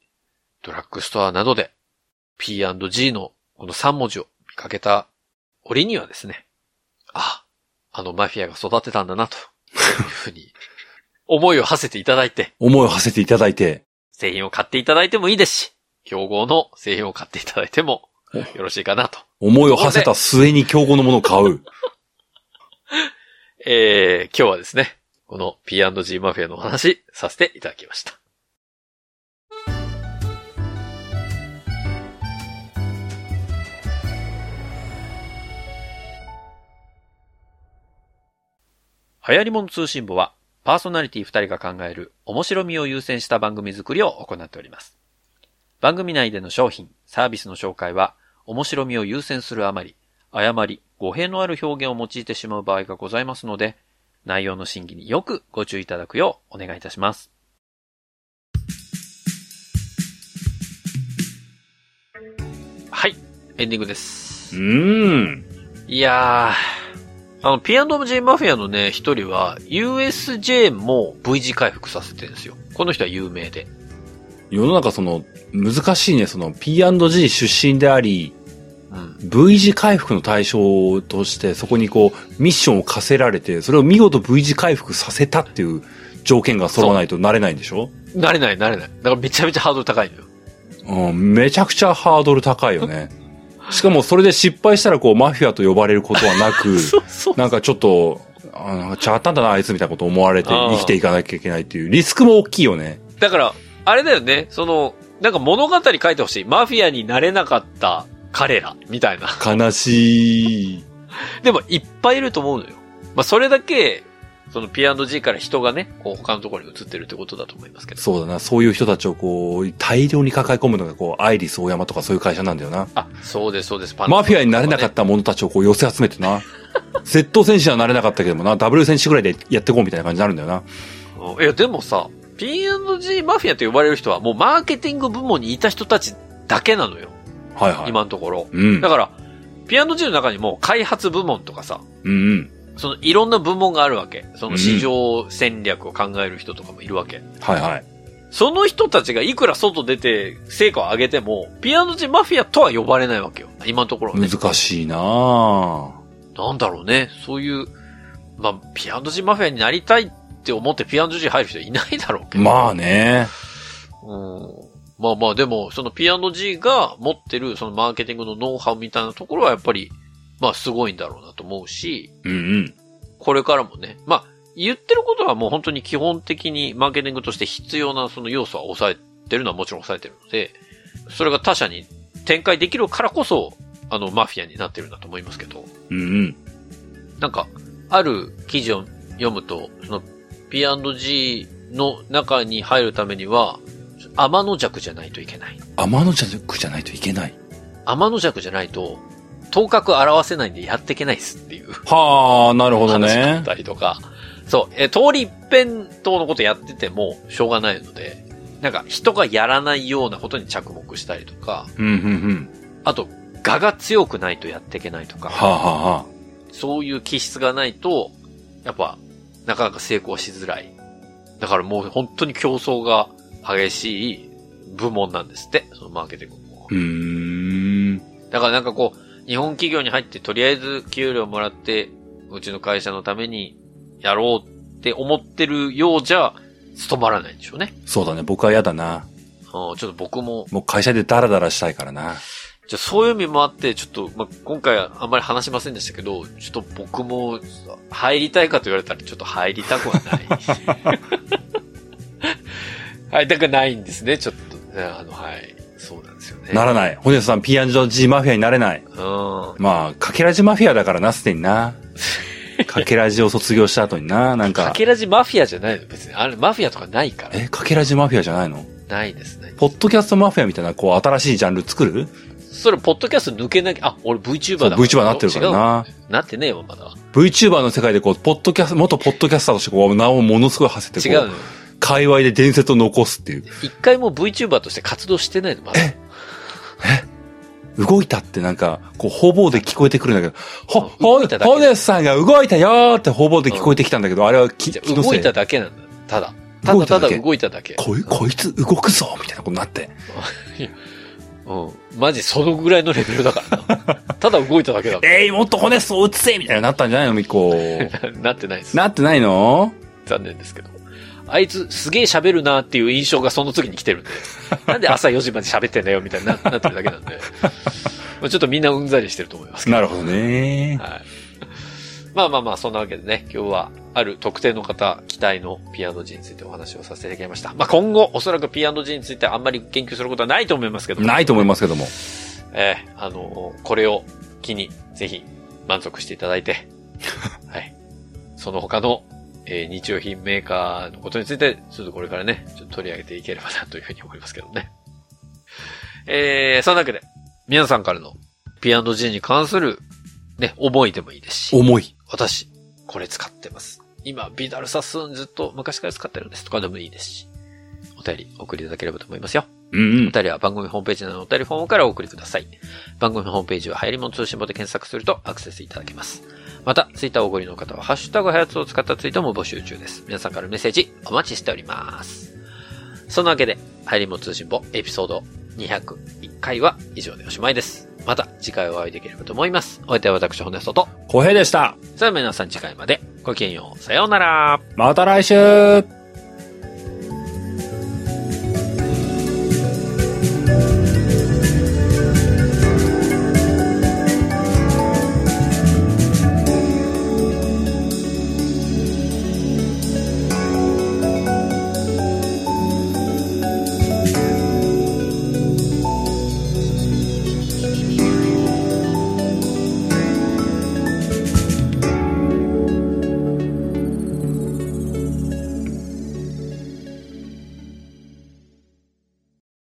ドラッグストアなどで P&G のこの3文字を見かけた折にはですね、あ、あのマフィアが育てたんだなと、いうふうに思いを馳せていただいて、
思いを馳せていただいて。
製品を買っていただいてもいいですし、競合の製品を買っていただいてもよろしいかなと。
思いを馳せた末に競合のものを 買う。
えー、今日はですね、この P&G マフィアのお話させていただきました。流行り物通信簿は、パーソナリティ2人が考える面白みを優先した番組作りを行っております。
番組内での商品、サービスの紹介は、面白みを優先するあまり、誤り、語弊のある表現を用いてしまう場合がございますので、内容の審議によくご注意いただくようお願いいたします。
はい、エンディングです。
うん。
いやー、あの、P&J マフィアのね、一人は、USJ も V 字回復させてるんですよ。この人は有名で。
世の中その、難しいね、その P&G 出身であり、
うん。
V 字回復の対象として、そこにこう、ミッションを課せられて、それを見事 V 字回復させたっていう条件が揃わないとなれないんでしょ
なれない、なれない。だからめちゃめちゃハードル高いのよ。
うん、めちゃくちゃハードル高いよね。しかもそれで失敗したらこう、マフィアと呼ばれることはなく、
そうそう。
なんかちょっと、あなんかちゃったんだな、あいつみたいなこと思われて
あー
生きていかなきゃいけないっていう、リスクも大きいよね。
だから、あれだよね、その、なんか物語書いてほしい。マフィアになれなかった彼ら、みたいな。
悲しい。
でも、いっぱいいると思うのよ。まあ、それだけ、その P&G から人がね、こう他のところに移ってるってことだと思いますけど。
そうだな、そういう人たちをこう、大量に抱え込むのがこう、アイリス大山とかそういう会社なんだよな。
あ、そうです、そうです。パ。
マフィアになれなかったた者たちをこう寄せ集めてな。Z 戦士はなれなかったけどもな、W 戦士ぐらいでやってこうみたいな感じになるんだよな。
うんいや、でもさ、P&G マフィアと呼ばれる人は、もうマーケティング部門にいた人たちだけなのよ。
はいはい。
今のところ。
うん
だ。から、P&G の中にも開発部門とかさ、
うんうん。
そのいろんな部門があるわけ。その市場戦略を考える人とかもいるわけ。
はいはい。
その人たちがいくら外出て成果を上げても、P&G マフィアとは呼ばれないわけよ。今のところはね。
難しいなぁ。
なんだろうね。そういう、まあ、P&G マフィアになりたいって思って P&G 入る人いないだろうけど。
まあね。
うん。まあまあ、でも、その P&G が持ってる、そのマーケティングのノウハウみたいなところはやっぱり、まあすごいんだろうなと思うし、
うんうん。
これからもね、まあ、言ってることはもう本当に基本的にマーケティングとして必要なその要素は抑えてるのはもちろん抑えてるので、それが他社に展開できるからこそ、あの、マフィアになってるんだと思いますけど、
うんうん。
なんか、ある記事を読むと、その、P&G の中に入るためには、天の弱じゃないといけない。
天の弱じゃないといけない。
天の弱じゃないと、頭角表せないんでやっていけないっすっていう。
はあ、なるほど
話だ
ね
っ。たりとか、そう、えー、通り一辺倒のことやっててもしょうがないので、なんか人がやらないようなことに着目したりとか、
うんうんうん。
あと、我が強くないとやっていけないと
はあ
か、
はあはあ。
そういう気質がないと、やっぱ、なかなか成功しづらい。だからもう本当に競争が激しい部門なんですって、そのマーケティングも
う。ーん。
だからなんかこう、日本企業に入ってとりあえず給料もらって、うちの会社のためにやろうって思ってるようじゃ、務まらないんでしょうね。
そうだね、僕は嫌だな。
うん、ちょっと僕も、
もう会社でダラダラしたいからな。
じゃあそういう意味もあって、ちょっと、まあ、今回はあんまり話しませんでしたけど、ちょっと僕も、入りたいかと言われたらちょっと入りたくはない。はい、だからないんですね、ちょっと。ねあの、はい。そうなんですよね。
ならない。ホネスさん、P&G マフィアになれない。
うん。
まあ、かけらじマフィアだからな、すでにな。かけらじを卒業した後にな、なん
か
か。
けらじマフィアじゃないの、別に。あれ、マフィアとかないから。
え、かけらじマフィアじゃないの
ないですね。
ポッドキャストマフィアみたいな、こう、新しいジャンル作る
それ、ポッドキャスト抜けなきゃ、あ、俺 VTuber
そう
だ
?VTuber になってるから
違
な。
う。なってねえわ、まだ。
VTuber の世界でこう、ポッドキャスト、元ポッドキャスターとしてこう、名をものすごい馳せて、
違う
こ
の
う、
よ。
界隈で伝説を残すっていう。
一回も VTuber として活動してないの、まだ。
動いたってなんか、こう、方々で聞こえてくるんだけど、ほ、
うん
ほ、
動いただけ
ホネスさんが動いたよーって方々で聞こえてきたんだけど、あれはき、
じゃ
気の
動
せ
い
い。
ただけなんだ。ただ。ただただ
動いただけ
動いただけ。
こい、こいつ動くぞみたいなことになって。
うん。マジそのぐらいのレベルだから な。ただ動いただけだか
えい、もっとホネスを撃つぜみたいになったんじゃないのみこう。
ら。なってないです。
なってないの
残念ですけど。あいつすげえ喋るなっていう印象がその次に来てるんで。なんで朝4時まで喋ってんだよみたいにななってるだけなん で。まあちょっとみんなうんざりしてると思いますけど
なるほどね。
はい。まあまあまあ、そんなわけでね、今日はある特定の方、期待の P&G についてお話をさせていただきました。まあ今後、おそらく P&G についてあんまり言及することはないと思いますけども
ないと思いますけども。
ええあのこれを機に、ぜひ満足していただい て、はい。その他の、えー日用品メーカーのことについて、ちょっとこれからね、ちょっと取り上げていければなというふうに思いますけどね。えー、そんなわけで、皆さんからの P&G に関する、ね、思いでもいいですし、
重い。
私、これ使ってます。今、ビダルサスーンずっと昔から使ってるんですとかでもいいですし、お便り送りいただければと思いますよ。
うんう
お
ん。
便りは番組ホームページなどのお便りフォームからお送りください。番組ホームページは流行り物通信簿で検索するとアクセスいただけます。また、ツイッターをご利用の方は、ハッシュタグはやつを使ったツイートも募集中です。皆さんからのメッセージお待ちしております。そんなわけで、流行り物通信簿エピソード201回は以上でおしまいです。また次回お会いできればと思います。お相手は私、骨外と。
小平でした。
それでは皆さん次回までごきげんよう。さようなら。
また来週